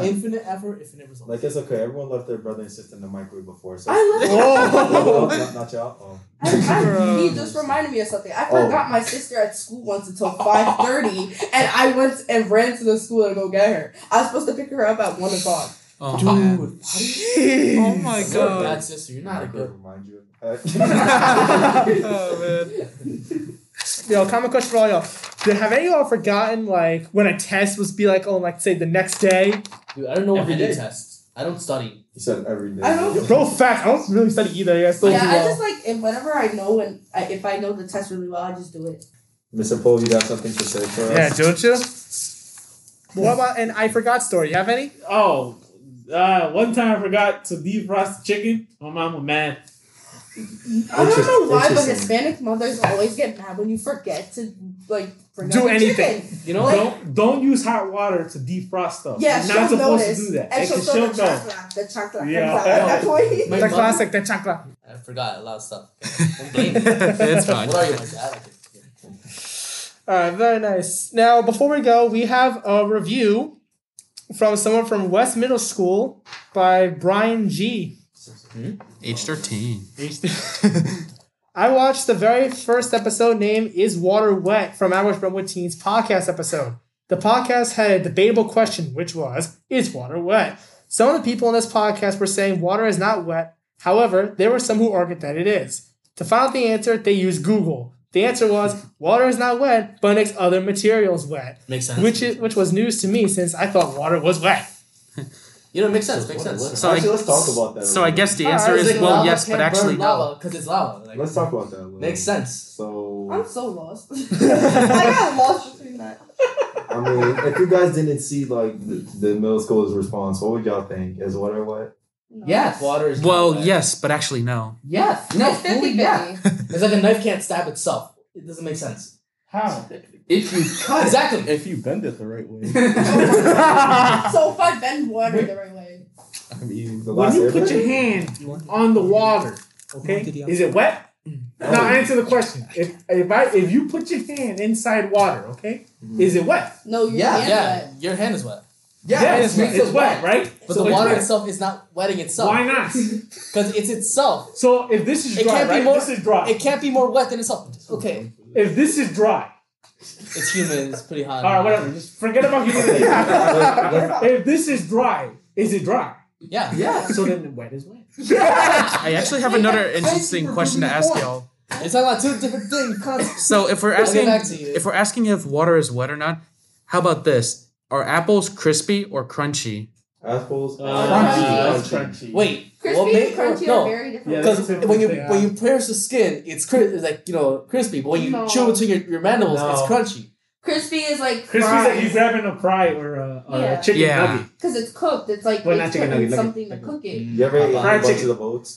[SPEAKER 7] Infinite effort, infinite result.
[SPEAKER 11] Like (laughs) it's okay. (laughs) Everyone left their brother and sister in the microwave before. So
[SPEAKER 9] I left-
[SPEAKER 11] Oh, not, not y'all. Oh.
[SPEAKER 9] I, I, he just reminded me of something. I
[SPEAKER 12] Oh.
[SPEAKER 9] forgot my sister at school once until five thirty, and I went and ran to the school to go get her. I was supposed to pick her up at one o'clock.
[SPEAKER 5] Oh,
[SPEAKER 7] Dude, (laughs)
[SPEAKER 5] Oh my
[SPEAKER 7] You're a
[SPEAKER 6] (laughs)
[SPEAKER 5] god.
[SPEAKER 7] (laughs) bad sister. You're not a good.
[SPEAKER 11] Remind you.
[SPEAKER 5] oh man.
[SPEAKER 6] Yo, common question for all y'all. Did, have any of y'all forgotten like when a test was be like on like say the next day?
[SPEAKER 7] Dude, I don't know what
[SPEAKER 11] Every
[SPEAKER 7] to do
[SPEAKER 11] day.
[SPEAKER 7] tests. I don't study.
[SPEAKER 11] He said every day.
[SPEAKER 9] I don't-
[SPEAKER 6] Bro, fact, I don't really study either. Yeah, still
[SPEAKER 9] yeah,
[SPEAKER 6] do
[SPEAKER 9] I
[SPEAKER 6] well.
[SPEAKER 9] just like if whenever I know and I, if I know the test really well, I just do it.
[SPEAKER 11] Mr. Poe, you got something to say for us?
[SPEAKER 6] yeah, don't you? What about an I forgot story? You have any?
[SPEAKER 12] Oh, uh, one time I forgot to defrost the chicken. My mom was mad.
[SPEAKER 9] I don't
[SPEAKER 12] Interest-
[SPEAKER 9] know why, but
[SPEAKER 12] interesting.
[SPEAKER 9] Hispanic mothers always get mad when you forget to like bring
[SPEAKER 12] Do
[SPEAKER 9] out the
[SPEAKER 12] anything.
[SPEAKER 9] Chicken.
[SPEAKER 12] You know,
[SPEAKER 9] Like-
[SPEAKER 12] don't don't use hot water to defrost stuff.
[SPEAKER 9] Yeah,
[SPEAKER 12] You're not
[SPEAKER 9] she'll
[SPEAKER 12] supposed
[SPEAKER 9] notice,
[SPEAKER 12] to do that. Because
[SPEAKER 9] and she'll throw
[SPEAKER 12] she'll
[SPEAKER 9] the
[SPEAKER 12] know.
[SPEAKER 9] chocolate. The chocolate
[SPEAKER 12] Yeah.
[SPEAKER 9] comes out at that point.
[SPEAKER 12] (laughs)
[SPEAKER 7] My
[SPEAKER 6] the
[SPEAKER 7] mother-
[SPEAKER 6] classic, the chocolate. (laughs)
[SPEAKER 7] I forgot a lot of
[SPEAKER 13] (laughs)
[SPEAKER 7] stuff.
[SPEAKER 5] It's fine.
[SPEAKER 7] What are you, my dad?
[SPEAKER 6] All right, Uh, very nice. Now, before we go, we have a review from someone from West Middle School by Brian G.
[SPEAKER 13] Hmm?
[SPEAKER 2] Age 13.
[SPEAKER 6] I watched the very first episode named Is Water Wet from Average Brentwood Teens podcast episode. The podcast had a debatable question, which was, Is water wet? Some of the people in this podcast were saying water is not wet. However, there were some who argued that it is. To find out the answer, they used Google. The answer was, Water is not wet, but makes other materials wet.
[SPEAKER 7] Makes sense.
[SPEAKER 6] Which, is, which was news to me since I thought water was wet.
[SPEAKER 7] You know, makes sense. Makes sense.
[SPEAKER 5] So I,
[SPEAKER 11] Actually, let's talk about that. a
[SPEAKER 5] so I
[SPEAKER 11] little
[SPEAKER 5] guess the
[SPEAKER 7] All right,
[SPEAKER 5] answer
[SPEAKER 7] it's
[SPEAKER 5] is
[SPEAKER 7] like
[SPEAKER 5] well
[SPEAKER 7] lava
[SPEAKER 5] yes, but
[SPEAKER 7] can't burn
[SPEAKER 5] actually no.
[SPEAKER 7] lava because it's lava.
[SPEAKER 11] bit.
[SPEAKER 7] Like,
[SPEAKER 11] Let's talk about that. A little.
[SPEAKER 7] makes sense.
[SPEAKER 11] So
[SPEAKER 9] I'm so lost. (laughs) I got lost between that.
[SPEAKER 11] I mean, if you guys didn't see like the, the middle school's response, what would y'all think? Is what or what?
[SPEAKER 7] Yes, water is. not
[SPEAKER 5] Well,
[SPEAKER 7] wet.
[SPEAKER 5] yes, but actually no.
[SPEAKER 7] Yes.
[SPEAKER 9] (laughs)
[SPEAKER 7] No. fully yeah. It's like a knife can't stab itself. It doesn't make sense.
[SPEAKER 11] (laughs)
[SPEAKER 12] How?
[SPEAKER 10] If you cut it,
[SPEAKER 7] Exactly.
[SPEAKER 13] If you bend it the right
[SPEAKER 8] (laughs)
[SPEAKER 13] way,
[SPEAKER 9] So if I bend water the right way,
[SPEAKER 13] I mean,
[SPEAKER 11] The
[SPEAKER 12] When
[SPEAKER 11] last
[SPEAKER 12] you
[SPEAKER 11] airbender?
[SPEAKER 12] put your hand on the water,
[SPEAKER 6] Oh,
[SPEAKER 12] okay, is it wet? Now answer the question. If if I if
[SPEAKER 11] Mm-hmm.
[SPEAKER 12] you put your hand inside water, okay, is it wet?
[SPEAKER 9] no, you're
[SPEAKER 7] Yeah,
[SPEAKER 9] not
[SPEAKER 7] yeah. Your hand is wet.
[SPEAKER 8] Yeah,
[SPEAKER 7] Yeah,
[SPEAKER 8] it's- it's wet,
[SPEAKER 6] right?
[SPEAKER 7] But
[SPEAKER 6] So
[SPEAKER 7] the
[SPEAKER 6] it's
[SPEAKER 7] water
[SPEAKER 6] wet.
[SPEAKER 7] itself is not wetting itself.
[SPEAKER 6] Why (laughs) not?
[SPEAKER 7] Because it's itself.
[SPEAKER 6] So if this is
[SPEAKER 7] it
[SPEAKER 6] dry,
[SPEAKER 7] can't
[SPEAKER 6] right?
[SPEAKER 7] be more.
[SPEAKER 6] This is dry.
[SPEAKER 7] It can't be more wet than itself. Okay.
[SPEAKER 6] If this is dry,
[SPEAKER 7] it's humid. It's pretty hot.
[SPEAKER 6] All right, whatever. Just forget
[SPEAKER 11] (laughs)
[SPEAKER 6] about humidity. if this is dry, is it dry?
[SPEAKER 7] Yeah. (laughs)
[SPEAKER 5] Yeah.
[SPEAKER 6] So then wet is wet.
[SPEAKER 5] I actually have another interesting question to ask y'all.
[SPEAKER 7] It's talking about two different things. concepts.
[SPEAKER 5] So if we're
[SPEAKER 7] I'll
[SPEAKER 5] asking,
[SPEAKER 7] get back to you.
[SPEAKER 5] if we're asking if water is wet or not, how about this? Are apples crispy or crunchy?
[SPEAKER 8] Uh,
[SPEAKER 11] Apples.
[SPEAKER 7] Crunchy.
[SPEAKER 11] crunchy.
[SPEAKER 7] Wait.
[SPEAKER 9] Crispy
[SPEAKER 7] what
[SPEAKER 9] and
[SPEAKER 7] make-
[SPEAKER 9] crunchy
[SPEAKER 7] no.
[SPEAKER 9] are very different.
[SPEAKER 6] Yeah,
[SPEAKER 7] Because
[SPEAKER 6] that's the
[SPEAKER 7] when you
[SPEAKER 6] thing,
[SPEAKER 7] when you pierce the skin, it's cri- it's like you know crispy. But when you
[SPEAKER 9] No.
[SPEAKER 7] chew between your, your mandibles,
[SPEAKER 6] No.
[SPEAKER 7] it's crunchy.
[SPEAKER 9] Crispy is like
[SPEAKER 6] Crispy's like you
[SPEAKER 9] fries.
[SPEAKER 6] grabbing a fry or a, or
[SPEAKER 9] Yeah.
[SPEAKER 6] a chicken
[SPEAKER 5] Yeah.
[SPEAKER 6] nugget.
[SPEAKER 9] Because it's cooked. It's like
[SPEAKER 6] Well, not
[SPEAKER 9] it's
[SPEAKER 6] chicken
[SPEAKER 9] putting
[SPEAKER 6] nugget, nugget,
[SPEAKER 9] something to cook it.
[SPEAKER 11] You ever
[SPEAKER 8] (laughs)
[SPEAKER 11] ate
[SPEAKER 7] Popeye.
[SPEAKER 11] a
[SPEAKER 6] Fried
[SPEAKER 11] bunch
[SPEAKER 6] chicken.
[SPEAKER 11] of the boats?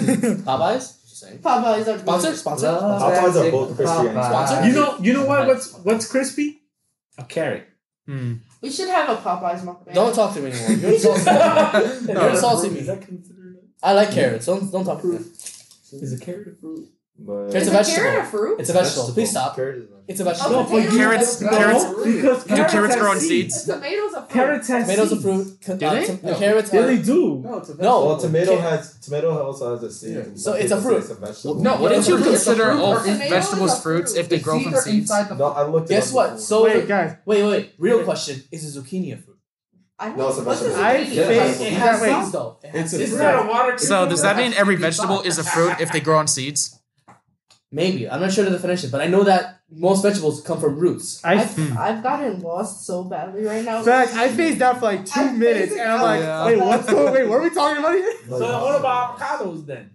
[SPEAKER 7] Popeyes. Just saying.
[SPEAKER 9] Popeyes are good.
[SPEAKER 7] Sponsor, sponsor,
[SPEAKER 8] Love
[SPEAKER 7] sponsor.
[SPEAKER 11] Popeyes are
[SPEAKER 8] that
[SPEAKER 11] both crispy and
[SPEAKER 8] Popeye.
[SPEAKER 7] Sponsor.
[SPEAKER 6] You know, you know what? What's what's crispy? A carrot.
[SPEAKER 5] Hmm.
[SPEAKER 9] We should have a Popeyes mukbang.
[SPEAKER 7] Don't talk to me anymore. You're insulting me. You're insulting
[SPEAKER 6] Is
[SPEAKER 7] me.
[SPEAKER 6] that considered?
[SPEAKER 7] I like carrots. Don't don't talk to me.
[SPEAKER 6] Is a carrot a fruit?
[SPEAKER 11] But
[SPEAKER 7] It's
[SPEAKER 9] Is
[SPEAKER 7] a
[SPEAKER 9] it
[SPEAKER 7] vegetable.
[SPEAKER 9] carrot a fruit?
[SPEAKER 7] It's a vegetable. Please stop.
[SPEAKER 11] Carrot is not-
[SPEAKER 7] It's a
[SPEAKER 9] Oh,
[SPEAKER 7] vegetable.
[SPEAKER 9] No, potatoes?
[SPEAKER 5] Carrots-
[SPEAKER 6] No,
[SPEAKER 5] carrots-
[SPEAKER 6] because
[SPEAKER 5] Do carrots
[SPEAKER 6] have
[SPEAKER 5] grow on seeds?
[SPEAKER 9] Tomatoes are fruit.
[SPEAKER 6] Carrots have
[SPEAKER 7] Tomatoes are
[SPEAKER 6] seeds.
[SPEAKER 7] fruit. Co-
[SPEAKER 5] Do
[SPEAKER 7] uh,
[SPEAKER 5] they?
[SPEAKER 7] tom-
[SPEAKER 11] No.
[SPEAKER 7] Carrots
[SPEAKER 6] Yeah,
[SPEAKER 7] are.
[SPEAKER 6] they do.
[SPEAKER 8] No, it's a
[SPEAKER 7] No.
[SPEAKER 11] Well, tomato
[SPEAKER 7] Carrot.
[SPEAKER 11] has tomato also has a seed.
[SPEAKER 7] Yeah.
[SPEAKER 11] and
[SPEAKER 7] So
[SPEAKER 11] some
[SPEAKER 7] it's a
[SPEAKER 11] people say
[SPEAKER 7] fruit.
[SPEAKER 11] It's a vegetable.
[SPEAKER 7] No,
[SPEAKER 5] Wouldn't
[SPEAKER 7] it's a
[SPEAKER 5] you
[SPEAKER 7] fruit.
[SPEAKER 5] consider
[SPEAKER 8] It's a
[SPEAKER 5] all
[SPEAKER 8] fruit.
[SPEAKER 5] vegetables
[SPEAKER 9] Tomatoes are
[SPEAKER 5] fruits
[SPEAKER 9] fruit.
[SPEAKER 5] if they grow from
[SPEAKER 8] are
[SPEAKER 5] seeds?
[SPEAKER 8] inside the
[SPEAKER 11] No, I looked. it
[SPEAKER 7] Guess
[SPEAKER 11] up
[SPEAKER 7] what?
[SPEAKER 11] before.
[SPEAKER 7] So
[SPEAKER 12] Wait, guys.
[SPEAKER 7] wait, wait. Real question: Is a zucchini a fruit?
[SPEAKER 9] I don't
[SPEAKER 11] No, it's a
[SPEAKER 9] what's
[SPEAKER 11] vegetable.
[SPEAKER 9] zucchini?
[SPEAKER 12] I
[SPEAKER 11] Yeah.
[SPEAKER 12] think it
[SPEAKER 7] It
[SPEAKER 12] has
[SPEAKER 7] has
[SPEAKER 12] wait.
[SPEAKER 7] seeds though. It has
[SPEAKER 11] It's a
[SPEAKER 7] seeds.
[SPEAKER 11] fruit.
[SPEAKER 6] Isn't that a water?
[SPEAKER 5] So
[SPEAKER 6] cucumber?
[SPEAKER 5] does that mean every vegetable is a fruit if they grow on seeds?
[SPEAKER 7] Maybe I'm not sure the definition, but I know that most vegetables come from roots.
[SPEAKER 12] I
[SPEAKER 5] Hmm.
[SPEAKER 9] I've, I've gotten lost so badly right now.
[SPEAKER 12] in fact I phased out for like two
[SPEAKER 9] I
[SPEAKER 12] minutes,
[SPEAKER 9] phased
[SPEAKER 12] and I'm
[SPEAKER 9] out.
[SPEAKER 12] like,
[SPEAKER 9] Yeah.
[SPEAKER 12] wait, what's going? Wait, what are we talking about here?
[SPEAKER 6] So then what about avocados then?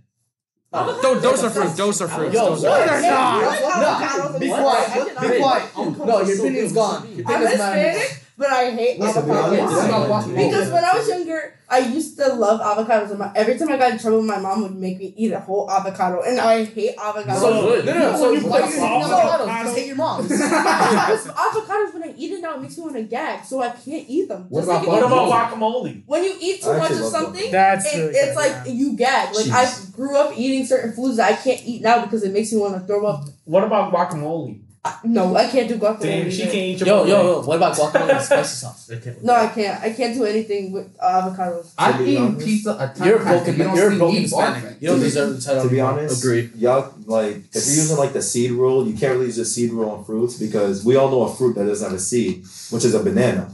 [SPEAKER 5] Tho- those are fruits. Those are fruits.
[SPEAKER 7] Yo,
[SPEAKER 5] Those
[SPEAKER 12] No,
[SPEAKER 5] are
[SPEAKER 7] what?
[SPEAKER 12] they're not.
[SPEAKER 7] No, be quiet. Be quiet.
[SPEAKER 8] Oh,
[SPEAKER 7] No, your opinion's gone. Your
[SPEAKER 9] I'm
[SPEAKER 7] opinion's not.
[SPEAKER 9] Hispanic, but I hate
[SPEAKER 11] Listen,
[SPEAKER 9] avocados.
[SPEAKER 11] man,
[SPEAKER 7] It's not walking
[SPEAKER 9] Because
[SPEAKER 7] over.
[SPEAKER 9] when I was younger, I used to love avocados. And my, every time I got in trouble, my mom would make me eat a whole avocado, and I hate avocados.
[SPEAKER 7] So, no, no, no.
[SPEAKER 6] When you
[SPEAKER 7] So why
[SPEAKER 6] put
[SPEAKER 7] do you
[SPEAKER 6] salt
[SPEAKER 7] hate
[SPEAKER 6] on
[SPEAKER 7] avocados?
[SPEAKER 6] avocados-
[SPEAKER 7] Just hate your mom.
[SPEAKER 9] Because avocados, when I eat it now, it makes me want to gag, so I can't eat them.
[SPEAKER 8] What
[SPEAKER 9] Just
[SPEAKER 8] about
[SPEAKER 9] like
[SPEAKER 6] What
[SPEAKER 8] guacamole?
[SPEAKER 9] if you-
[SPEAKER 6] about guacamole?
[SPEAKER 9] When you eat too
[SPEAKER 11] I
[SPEAKER 9] much
[SPEAKER 11] actually
[SPEAKER 9] of
[SPEAKER 11] love
[SPEAKER 9] something,
[SPEAKER 12] That's
[SPEAKER 9] it,
[SPEAKER 12] really
[SPEAKER 9] it's
[SPEAKER 12] good,
[SPEAKER 9] like
[SPEAKER 12] yeah.
[SPEAKER 9] you gag. Like I grew up eating certain foods that I can't eat now because it makes me want to throw up.
[SPEAKER 6] What about guacamole?
[SPEAKER 9] I- No, I can't do guacamole.
[SPEAKER 6] Damn, she
[SPEAKER 9] either.
[SPEAKER 6] can't eat your
[SPEAKER 7] Yo, yo,
[SPEAKER 6] guacamole.
[SPEAKER 7] yo. What about guacamole and spicy sauce?
[SPEAKER 9] No, I can't. I can't do anything with uh, avocados.
[SPEAKER 8] I've
[SPEAKER 11] To be
[SPEAKER 8] eaten
[SPEAKER 11] honest-
[SPEAKER 8] pizza a ton
[SPEAKER 7] You're
[SPEAKER 8] of times,
[SPEAKER 7] a broken.
[SPEAKER 8] but you don't
[SPEAKER 7] You're a
[SPEAKER 8] see
[SPEAKER 7] broken
[SPEAKER 8] me
[SPEAKER 7] Hispanic.
[SPEAKER 8] barfing.
[SPEAKER 7] You don't
[SPEAKER 11] To be-
[SPEAKER 7] deserve the title.
[SPEAKER 11] To be honest,
[SPEAKER 14] Agreed.
[SPEAKER 11] y'all like if you're using like the seed rule, you can't really use the seed rule on fruits because we all know a fruit that doesn't have a seed, which is a banana.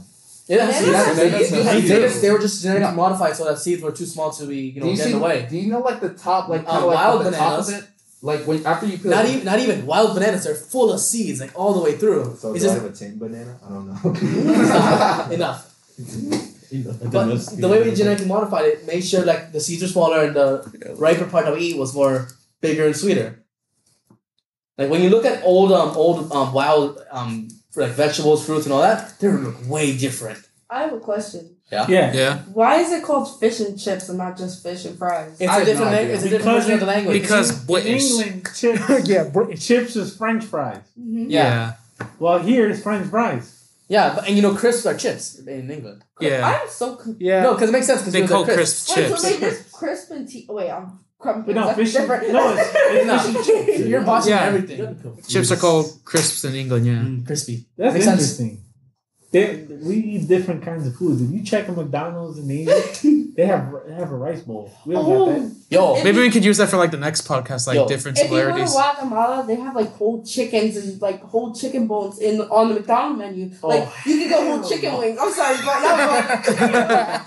[SPEAKER 7] Yeah, that's-
[SPEAKER 9] Bananas
[SPEAKER 7] that's-
[SPEAKER 9] have
[SPEAKER 7] that's-
[SPEAKER 8] seeds.
[SPEAKER 7] that's-
[SPEAKER 8] Me
[SPEAKER 7] they
[SPEAKER 8] too.
[SPEAKER 7] just- They were just genetically modified so that seeds were too small to be, you
[SPEAKER 8] do
[SPEAKER 7] know,
[SPEAKER 8] you
[SPEAKER 7] get in
[SPEAKER 8] see,
[SPEAKER 7] the way.
[SPEAKER 8] Do you know like the top, like kind
[SPEAKER 7] Uh,
[SPEAKER 8] of like
[SPEAKER 7] wild
[SPEAKER 8] the top of
[SPEAKER 7] bananas.
[SPEAKER 8] it? Like when after you peel
[SPEAKER 7] Not
[SPEAKER 8] it,
[SPEAKER 7] even, not even wild bananas. They're full of seeds, like all the way through.
[SPEAKER 11] So
[SPEAKER 7] it's
[SPEAKER 11] do I
[SPEAKER 7] just
[SPEAKER 11] have a tin banana? I don't know.
[SPEAKER 7] (laughs) enough. enough. But
[SPEAKER 14] The
[SPEAKER 7] the way we genetically modified it made sure like the seeds were smaller and the riper part that we eat was more bigger and sweeter. Like when you look at old um old um wild um like vegetables, fruits, and all that, they look way different.
[SPEAKER 9] I have a question.
[SPEAKER 6] Yeah.
[SPEAKER 5] Yeah.
[SPEAKER 9] Why is it called fish and chips and not just fish and fries?
[SPEAKER 7] It's
[SPEAKER 8] I
[SPEAKER 7] a
[SPEAKER 8] have
[SPEAKER 7] different
[SPEAKER 8] no
[SPEAKER 7] lang-
[SPEAKER 8] idea.
[SPEAKER 7] it's a
[SPEAKER 6] Because
[SPEAKER 7] different version of the language.
[SPEAKER 5] Because
[SPEAKER 6] In
[SPEAKER 5] British.
[SPEAKER 6] England,
[SPEAKER 9] (laughs)
[SPEAKER 6] chips,
[SPEAKER 12] Yeah, br-
[SPEAKER 6] chips is French fries.
[SPEAKER 9] Mm-hmm.
[SPEAKER 7] yeah.
[SPEAKER 5] Yeah.
[SPEAKER 6] Well, here is French fries.
[SPEAKER 7] Yeah, but, and you know, crisps are chips in England.
[SPEAKER 5] Yeah.
[SPEAKER 9] I'm so confused.
[SPEAKER 12] yeah.
[SPEAKER 7] No, because it makes sense because
[SPEAKER 5] They call
[SPEAKER 7] crisps.
[SPEAKER 5] crisp
[SPEAKER 9] Wait, so
[SPEAKER 5] chips.
[SPEAKER 9] they just crisp and tea? Wait, I'm crumping.
[SPEAKER 6] But no,
[SPEAKER 9] That's
[SPEAKER 6] fish and-
[SPEAKER 9] different.
[SPEAKER 6] no, it's- it's
[SPEAKER 9] (laughs)
[SPEAKER 7] No.
[SPEAKER 6] fish and chips.
[SPEAKER 7] You're watching
[SPEAKER 5] Yeah.
[SPEAKER 7] everything.
[SPEAKER 5] Chips are called crisps in England. Yeah.
[SPEAKER 7] Mm, crispy.
[SPEAKER 6] That's
[SPEAKER 7] Makes sense.
[SPEAKER 6] interesting. They, we eat different kinds of foods. If you check a McDonald's in
[SPEAKER 9] (laughs)
[SPEAKER 6] England, they have they have a rice bowl. We don't
[SPEAKER 9] Oh,
[SPEAKER 6] got that.
[SPEAKER 7] Yo,
[SPEAKER 9] If
[SPEAKER 5] Maybe we could use that for like the next podcast, like
[SPEAKER 7] Yo.
[SPEAKER 5] different
[SPEAKER 9] If you go to
[SPEAKER 5] (laughs) similarities.
[SPEAKER 9] Guatemala, they have like whole chickens and like whole chicken bones in on the McDonald's menu. Like
[SPEAKER 7] Oh,
[SPEAKER 9] you could go whole chicken wing. I'm sorry, but
[SPEAKER 5] (laughs)
[SPEAKER 9] that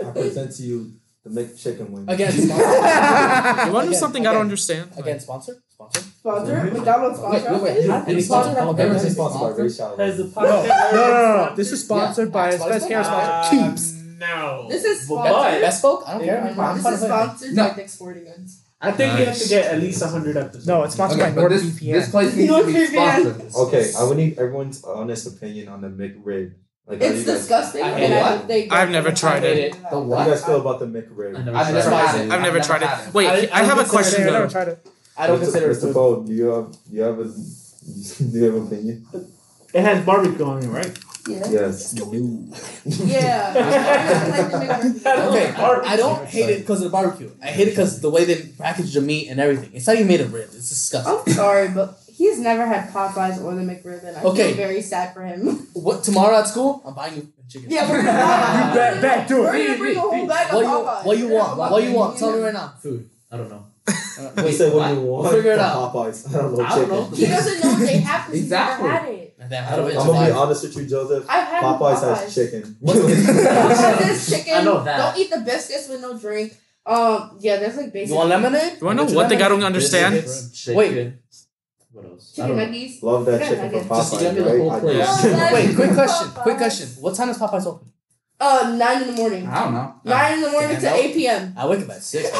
[SPEAKER 11] I present to you the McChicken wing.
[SPEAKER 5] (laughs)
[SPEAKER 7] again,
[SPEAKER 5] You
[SPEAKER 7] sponsor.
[SPEAKER 5] want to do
[SPEAKER 7] Again,
[SPEAKER 5] something I
[SPEAKER 7] again,
[SPEAKER 5] don't understand?
[SPEAKER 7] Again, sponsor, sponsor.
[SPEAKER 9] sponsor McDonald's
[SPEAKER 7] Wait,
[SPEAKER 9] sponsor.
[SPEAKER 7] wait, wait.
[SPEAKER 9] okay?
[SPEAKER 7] Any sponsor?
[SPEAKER 9] Sponsor.
[SPEAKER 7] Okay,
[SPEAKER 11] Everyone's
[SPEAKER 7] okay.
[SPEAKER 11] sponsored by Ray Shaw.
[SPEAKER 6] Has the podcast
[SPEAKER 12] No, no, no, no. This is sponsored
[SPEAKER 7] Yeah.
[SPEAKER 12] by a
[SPEAKER 7] Sponsor?
[SPEAKER 12] best care
[SPEAKER 6] Uh,
[SPEAKER 12] sponsor. Keeps.
[SPEAKER 6] No.
[SPEAKER 9] This is
[SPEAKER 6] But-
[SPEAKER 9] sponsored.
[SPEAKER 7] Best folk? I don't care.
[SPEAKER 6] Yeah.
[SPEAKER 7] I'm, I'm
[SPEAKER 9] This
[SPEAKER 7] fine
[SPEAKER 9] is
[SPEAKER 7] with it.
[SPEAKER 9] sponsored by Dick's Sporting Goods.
[SPEAKER 6] I think we have
[SPEAKER 5] Nice.
[SPEAKER 6] to get at least hundred episodes.
[SPEAKER 12] No, it's sponsored
[SPEAKER 8] okay,
[SPEAKER 12] by
[SPEAKER 8] but this,
[SPEAKER 12] NordVPN.
[SPEAKER 8] this place needs to be
[SPEAKER 9] NordVPN.
[SPEAKER 8] sponsored.
[SPEAKER 11] Okay, I would need everyone's honest opinion on the McRib. Like, how do
[SPEAKER 9] It's
[SPEAKER 11] you guys,
[SPEAKER 9] disgusting,
[SPEAKER 8] I
[SPEAKER 9] and I
[SPEAKER 8] hate
[SPEAKER 9] don't think
[SPEAKER 5] I've never tried
[SPEAKER 7] it.
[SPEAKER 8] The
[SPEAKER 11] how do
[SPEAKER 8] what?
[SPEAKER 11] you guys feel about the McRib?
[SPEAKER 8] I've never
[SPEAKER 7] tried
[SPEAKER 8] had
[SPEAKER 7] it.
[SPEAKER 8] it.
[SPEAKER 5] I've never tried
[SPEAKER 8] had
[SPEAKER 5] it. Wait, I,
[SPEAKER 7] I- I
[SPEAKER 5] have a
[SPEAKER 7] don't
[SPEAKER 5] question
[SPEAKER 12] Dang, I never
[SPEAKER 5] though.
[SPEAKER 12] tried it.
[SPEAKER 7] I don't
[SPEAKER 11] Mr.
[SPEAKER 7] consider it
[SPEAKER 11] Mr.
[SPEAKER 7] food.
[SPEAKER 11] Bo, do you have do you have a do you have an opinion?
[SPEAKER 12] (laughs)
[SPEAKER 6] It has barbecue on it, right?
[SPEAKER 3] Yeah.
[SPEAKER 11] Yes. (laughs)
[SPEAKER 7] okay,
[SPEAKER 12] (laughs)
[SPEAKER 7] I don't hate it because of the barbecue. I hate it because the way they package the meat and everything. It's how you made a rib. It's disgusting.
[SPEAKER 9] I'm sorry, but he's never had Popeyes or the McRib, and I
[SPEAKER 7] Okay.
[SPEAKER 9] feel very sad for him.
[SPEAKER 7] What tomorrow at school? I'm buying you chicken.
[SPEAKER 9] Yeah, we're
[SPEAKER 7] (laughs)
[SPEAKER 9] gonna buy- You bet- bet, do it. We're gonna bring a whole bag of
[SPEAKER 7] What you,
[SPEAKER 9] Popeyes.
[SPEAKER 7] what you want?
[SPEAKER 9] Yeah,
[SPEAKER 7] What you want?
[SPEAKER 9] Popeyes.
[SPEAKER 7] Tell me right now.
[SPEAKER 13] Food. I don't know.
[SPEAKER 7] Wait,
[SPEAKER 11] He said
[SPEAKER 7] what?
[SPEAKER 11] what you want.
[SPEAKER 7] Figure it
[SPEAKER 11] for
[SPEAKER 7] out.
[SPEAKER 11] Popeyes. I don't know.
[SPEAKER 7] I don't
[SPEAKER 11] chicken.
[SPEAKER 7] know.
[SPEAKER 9] He doesn't know what they have because
[SPEAKER 11] Exactly.
[SPEAKER 9] he's never had it.
[SPEAKER 11] I don't- I'm gonna be honest with you, Joseph.
[SPEAKER 9] I've had
[SPEAKER 11] Popeyes,
[SPEAKER 9] Popeyes.
[SPEAKER 11] has chicken.
[SPEAKER 9] There's chicken.
[SPEAKER 11] I know that.
[SPEAKER 9] Don't eat the biscuits with no drink. Um, yeah, there's like basic.
[SPEAKER 7] You want lemonade?
[SPEAKER 5] You wanna know what they gotta understand?
[SPEAKER 7] Wait.
[SPEAKER 13] What else?
[SPEAKER 9] Chicken nuggies.
[SPEAKER 11] Love that
[SPEAKER 9] Yeah,
[SPEAKER 11] chicken from
[SPEAKER 9] nugget.
[SPEAKER 7] Just give me the
[SPEAKER 11] Popeyes,
[SPEAKER 7] whole
[SPEAKER 11] right?
[SPEAKER 7] plate.
[SPEAKER 9] Yeah.
[SPEAKER 7] Wait, quick question. Quick question. What time is Popeyes open?
[SPEAKER 9] Uh, nine in the morning.
[SPEAKER 7] Ah. know.
[SPEAKER 9] Nine in the morning
[SPEAKER 7] Damn,
[SPEAKER 9] to
[SPEAKER 7] that-
[SPEAKER 9] eight (laughs) p.m.
[SPEAKER 7] I wake up at (laughs) six.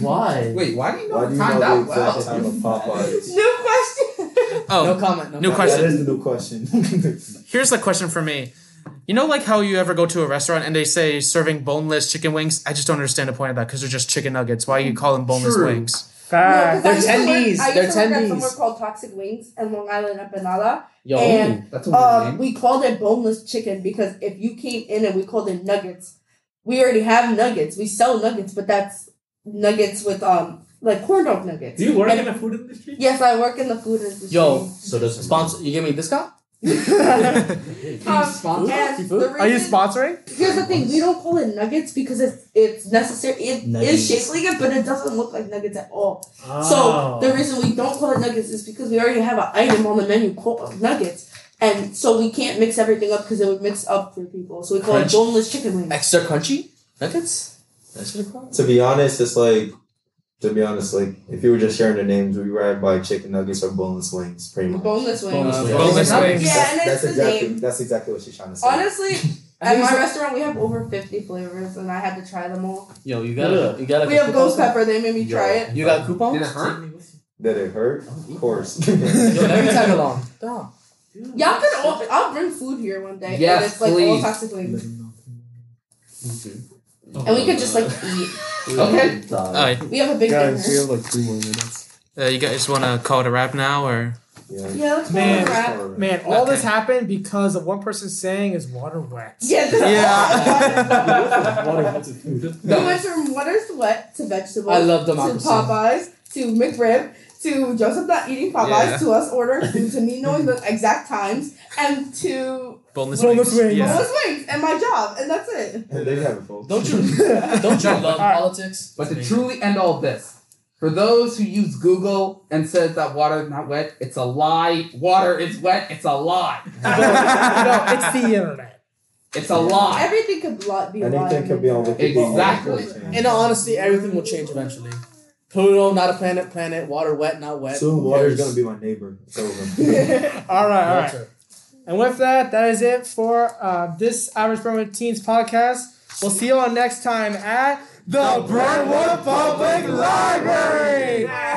[SPEAKER 13] Why?
[SPEAKER 10] Wait, why do you know
[SPEAKER 11] Why do
[SPEAKER 10] the
[SPEAKER 11] you
[SPEAKER 10] time
[SPEAKER 11] know
[SPEAKER 10] that
[SPEAKER 11] the
[SPEAKER 10] well?
[SPEAKER 11] exact time of Popeyes?
[SPEAKER 9] New question.
[SPEAKER 5] Oh,
[SPEAKER 7] no comment. No
[SPEAKER 5] new
[SPEAKER 7] comment.
[SPEAKER 5] question.
[SPEAKER 11] That is the new question. (laughs)
[SPEAKER 5] Here's the question for me. You know, like how you ever go to a restaurant and they say serving boneless chicken wings? I just don't understand the point of that because they're just chicken nuggets. Why you call them boneless
[SPEAKER 11] (laughs)
[SPEAKER 7] True.
[SPEAKER 5] wings? (laughs)
[SPEAKER 9] (laughs) No, 'cause I
[SPEAKER 7] Ah, They're
[SPEAKER 9] used to work-
[SPEAKER 7] tendies. They're
[SPEAKER 9] I used to work at somewhere
[SPEAKER 7] tendies.
[SPEAKER 9] called Toxic Wings in Long Island Empanada.
[SPEAKER 7] Yo,
[SPEAKER 9] and
[SPEAKER 7] that's a weird
[SPEAKER 9] um,
[SPEAKER 7] name.
[SPEAKER 9] we called it boneless chicken because if you came in and we called it nuggets, we already have nuggets. We sell nuggets, but that's nuggets with um like corn dog nuggets.
[SPEAKER 12] Do you work
[SPEAKER 9] And-
[SPEAKER 12] in the food industry?
[SPEAKER 9] Yes, I work in the food industry.
[SPEAKER 7] Yo, so does sponsor? You give me a discount?
[SPEAKER 9] Um, and the
[SPEAKER 6] Are you
[SPEAKER 9] reason-
[SPEAKER 6] sponsoring?
[SPEAKER 9] Here's the thing: we don't call it nuggets because it's it's necessary. It
[SPEAKER 6] Nuggets.
[SPEAKER 9] is shaped like it, but it doesn't look like nuggets at all.
[SPEAKER 6] Oh.
[SPEAKER 9] So the reason we don't call it nuggets is because we already have an item on the menu called nuggets, and so we can't mix everything up because it would mix up for people. So we call
[SPEAKER 7] Crunch.
[SPEAKER 9] it boneless chicken wings.
[SPEAKER 7] Extra crunchy nuggets. That's what it's
[SPEAKER 11] to be honest, it's like to be honest, like if you were just sharing the names, we ride by chicken nuggets or boneless wings, pretty much.
[SPEAKER 9] Boneless wings. Boneless
[SPEAKER 11] Yeah,
[SPEAKER 9] wings.
[SPEAKER 11] that's-
[SPEAKER 9] wings. Yeah, and it's
[SPEAKER 11] that's
[SPEAKER 9] the
[SPEAKER 11] exactly
[SPEAKER 9] name.
[SPEAKER 11] that's exactly what she's trying to say. (laughs)
[SPEAKER 9] Honestly, at
[SPEAKER 11] it's
[SPEAKER 9] my
[SPEAKER 11] like-
[SPEAKER 9] restaurant we have over fifty flavors, and I had to try them all.
[SPEAKER 7] Yo, you
[SPEAKER 11] gotta-
[SPEAKER 7] you
[SPEAKER 9] We have ghost pepper. They made me try it.
[SPEAKER 7] You got coupons?
[SPEAKER 11] Did it hurt? Did it hurt? Of course.
[SPEAKER 7] Yo, let me tag along.
[SPEAKER 9] Y'all could all, I'll bring food here one day.
[SPEAKER 11] Yes,
[SPEAKER 9] and it's like all
[SPEAKER 11] please.
[SPEAKER 9] toxic wings. And we could just like eat.
[SPEAKER 10] Okay.
[SPEAKER 5] All right.
[SPEAKER 9] We have a big
[SPEAKER 5] Guys,
[SPEAKER 9] dinner.
[SPEAKER 5] like two more minutes. Uh, you guys want to call it a wrap now,
[SPEAKER 11] (laughs)
[SPEAKER 5] or
[SPEAKER 9] Yeah, let's
[SPEAKER 6] Man,
[SPEAKER 9] go wrap.
[SPEAKER 6] man, all this happened because of one person saying is water wet.
[SPEAKER 9] Yeah,
[SPEAKER 12] (laughs)
[SPEAKER 9] this-
[SPEAKER 6] yeah.
[SPEAKER 9] We went from water sweat to vegetables.
[SPEAKER 6] I love
[SPEAKER 9] to
[SPEAKER 6] democracy.
[SPEAKER 9] Popeyes to McRib to Joseph not eating Popeyes
[SPEAKER 5] Yeah.
[SPEAKER 9] to us ordering food to me knowing the exact times and to
[SPEAKER 5] boneless,
[SPEAKER 6] Boneless wings.
[SPEAKER 5] Yeah.
[SPEAKER 9] boneless wings and my job and that's it.
[SPEAKER 11] There you have it, folks.
[SPEAKER 7] Don't you don't you love politics?
[SPEAKER 10] But to truly end all this, for those who use Google and says that water is not wet, it's a lie. Water is wet. It's a lie.
[SPEAKER 6] no, it's the internet.
[SPEAKER 10] It's a
[SPEAKER 8] Ah.
[SPEAKER 10] lie.
[SPEAKER 9] Everything could li- be
[SPEAKER 11] Anything could be on Wikipedia.
[SPEAKER 10] Exactly.
[SPEAKER 7] In all honesty, everything will change eventually. Pluto, not a planet. Planet, water wet, not wet.
[SPEAKER 11] Soon
[SPEAKER 7] Who
[SPEAKER 11] water's
[SPEAKER 7] cares?
[SPEAKER 11] gonna be my neighbor. It's over.
[SPEAKER 6] all right, all right.
[SPEAKER 7] Gotcha.
[SPEAKER 6] And with that, that is it for uh, this Average Burn with Teens podcast. We'll see you all next time at the Brentwood Public Library.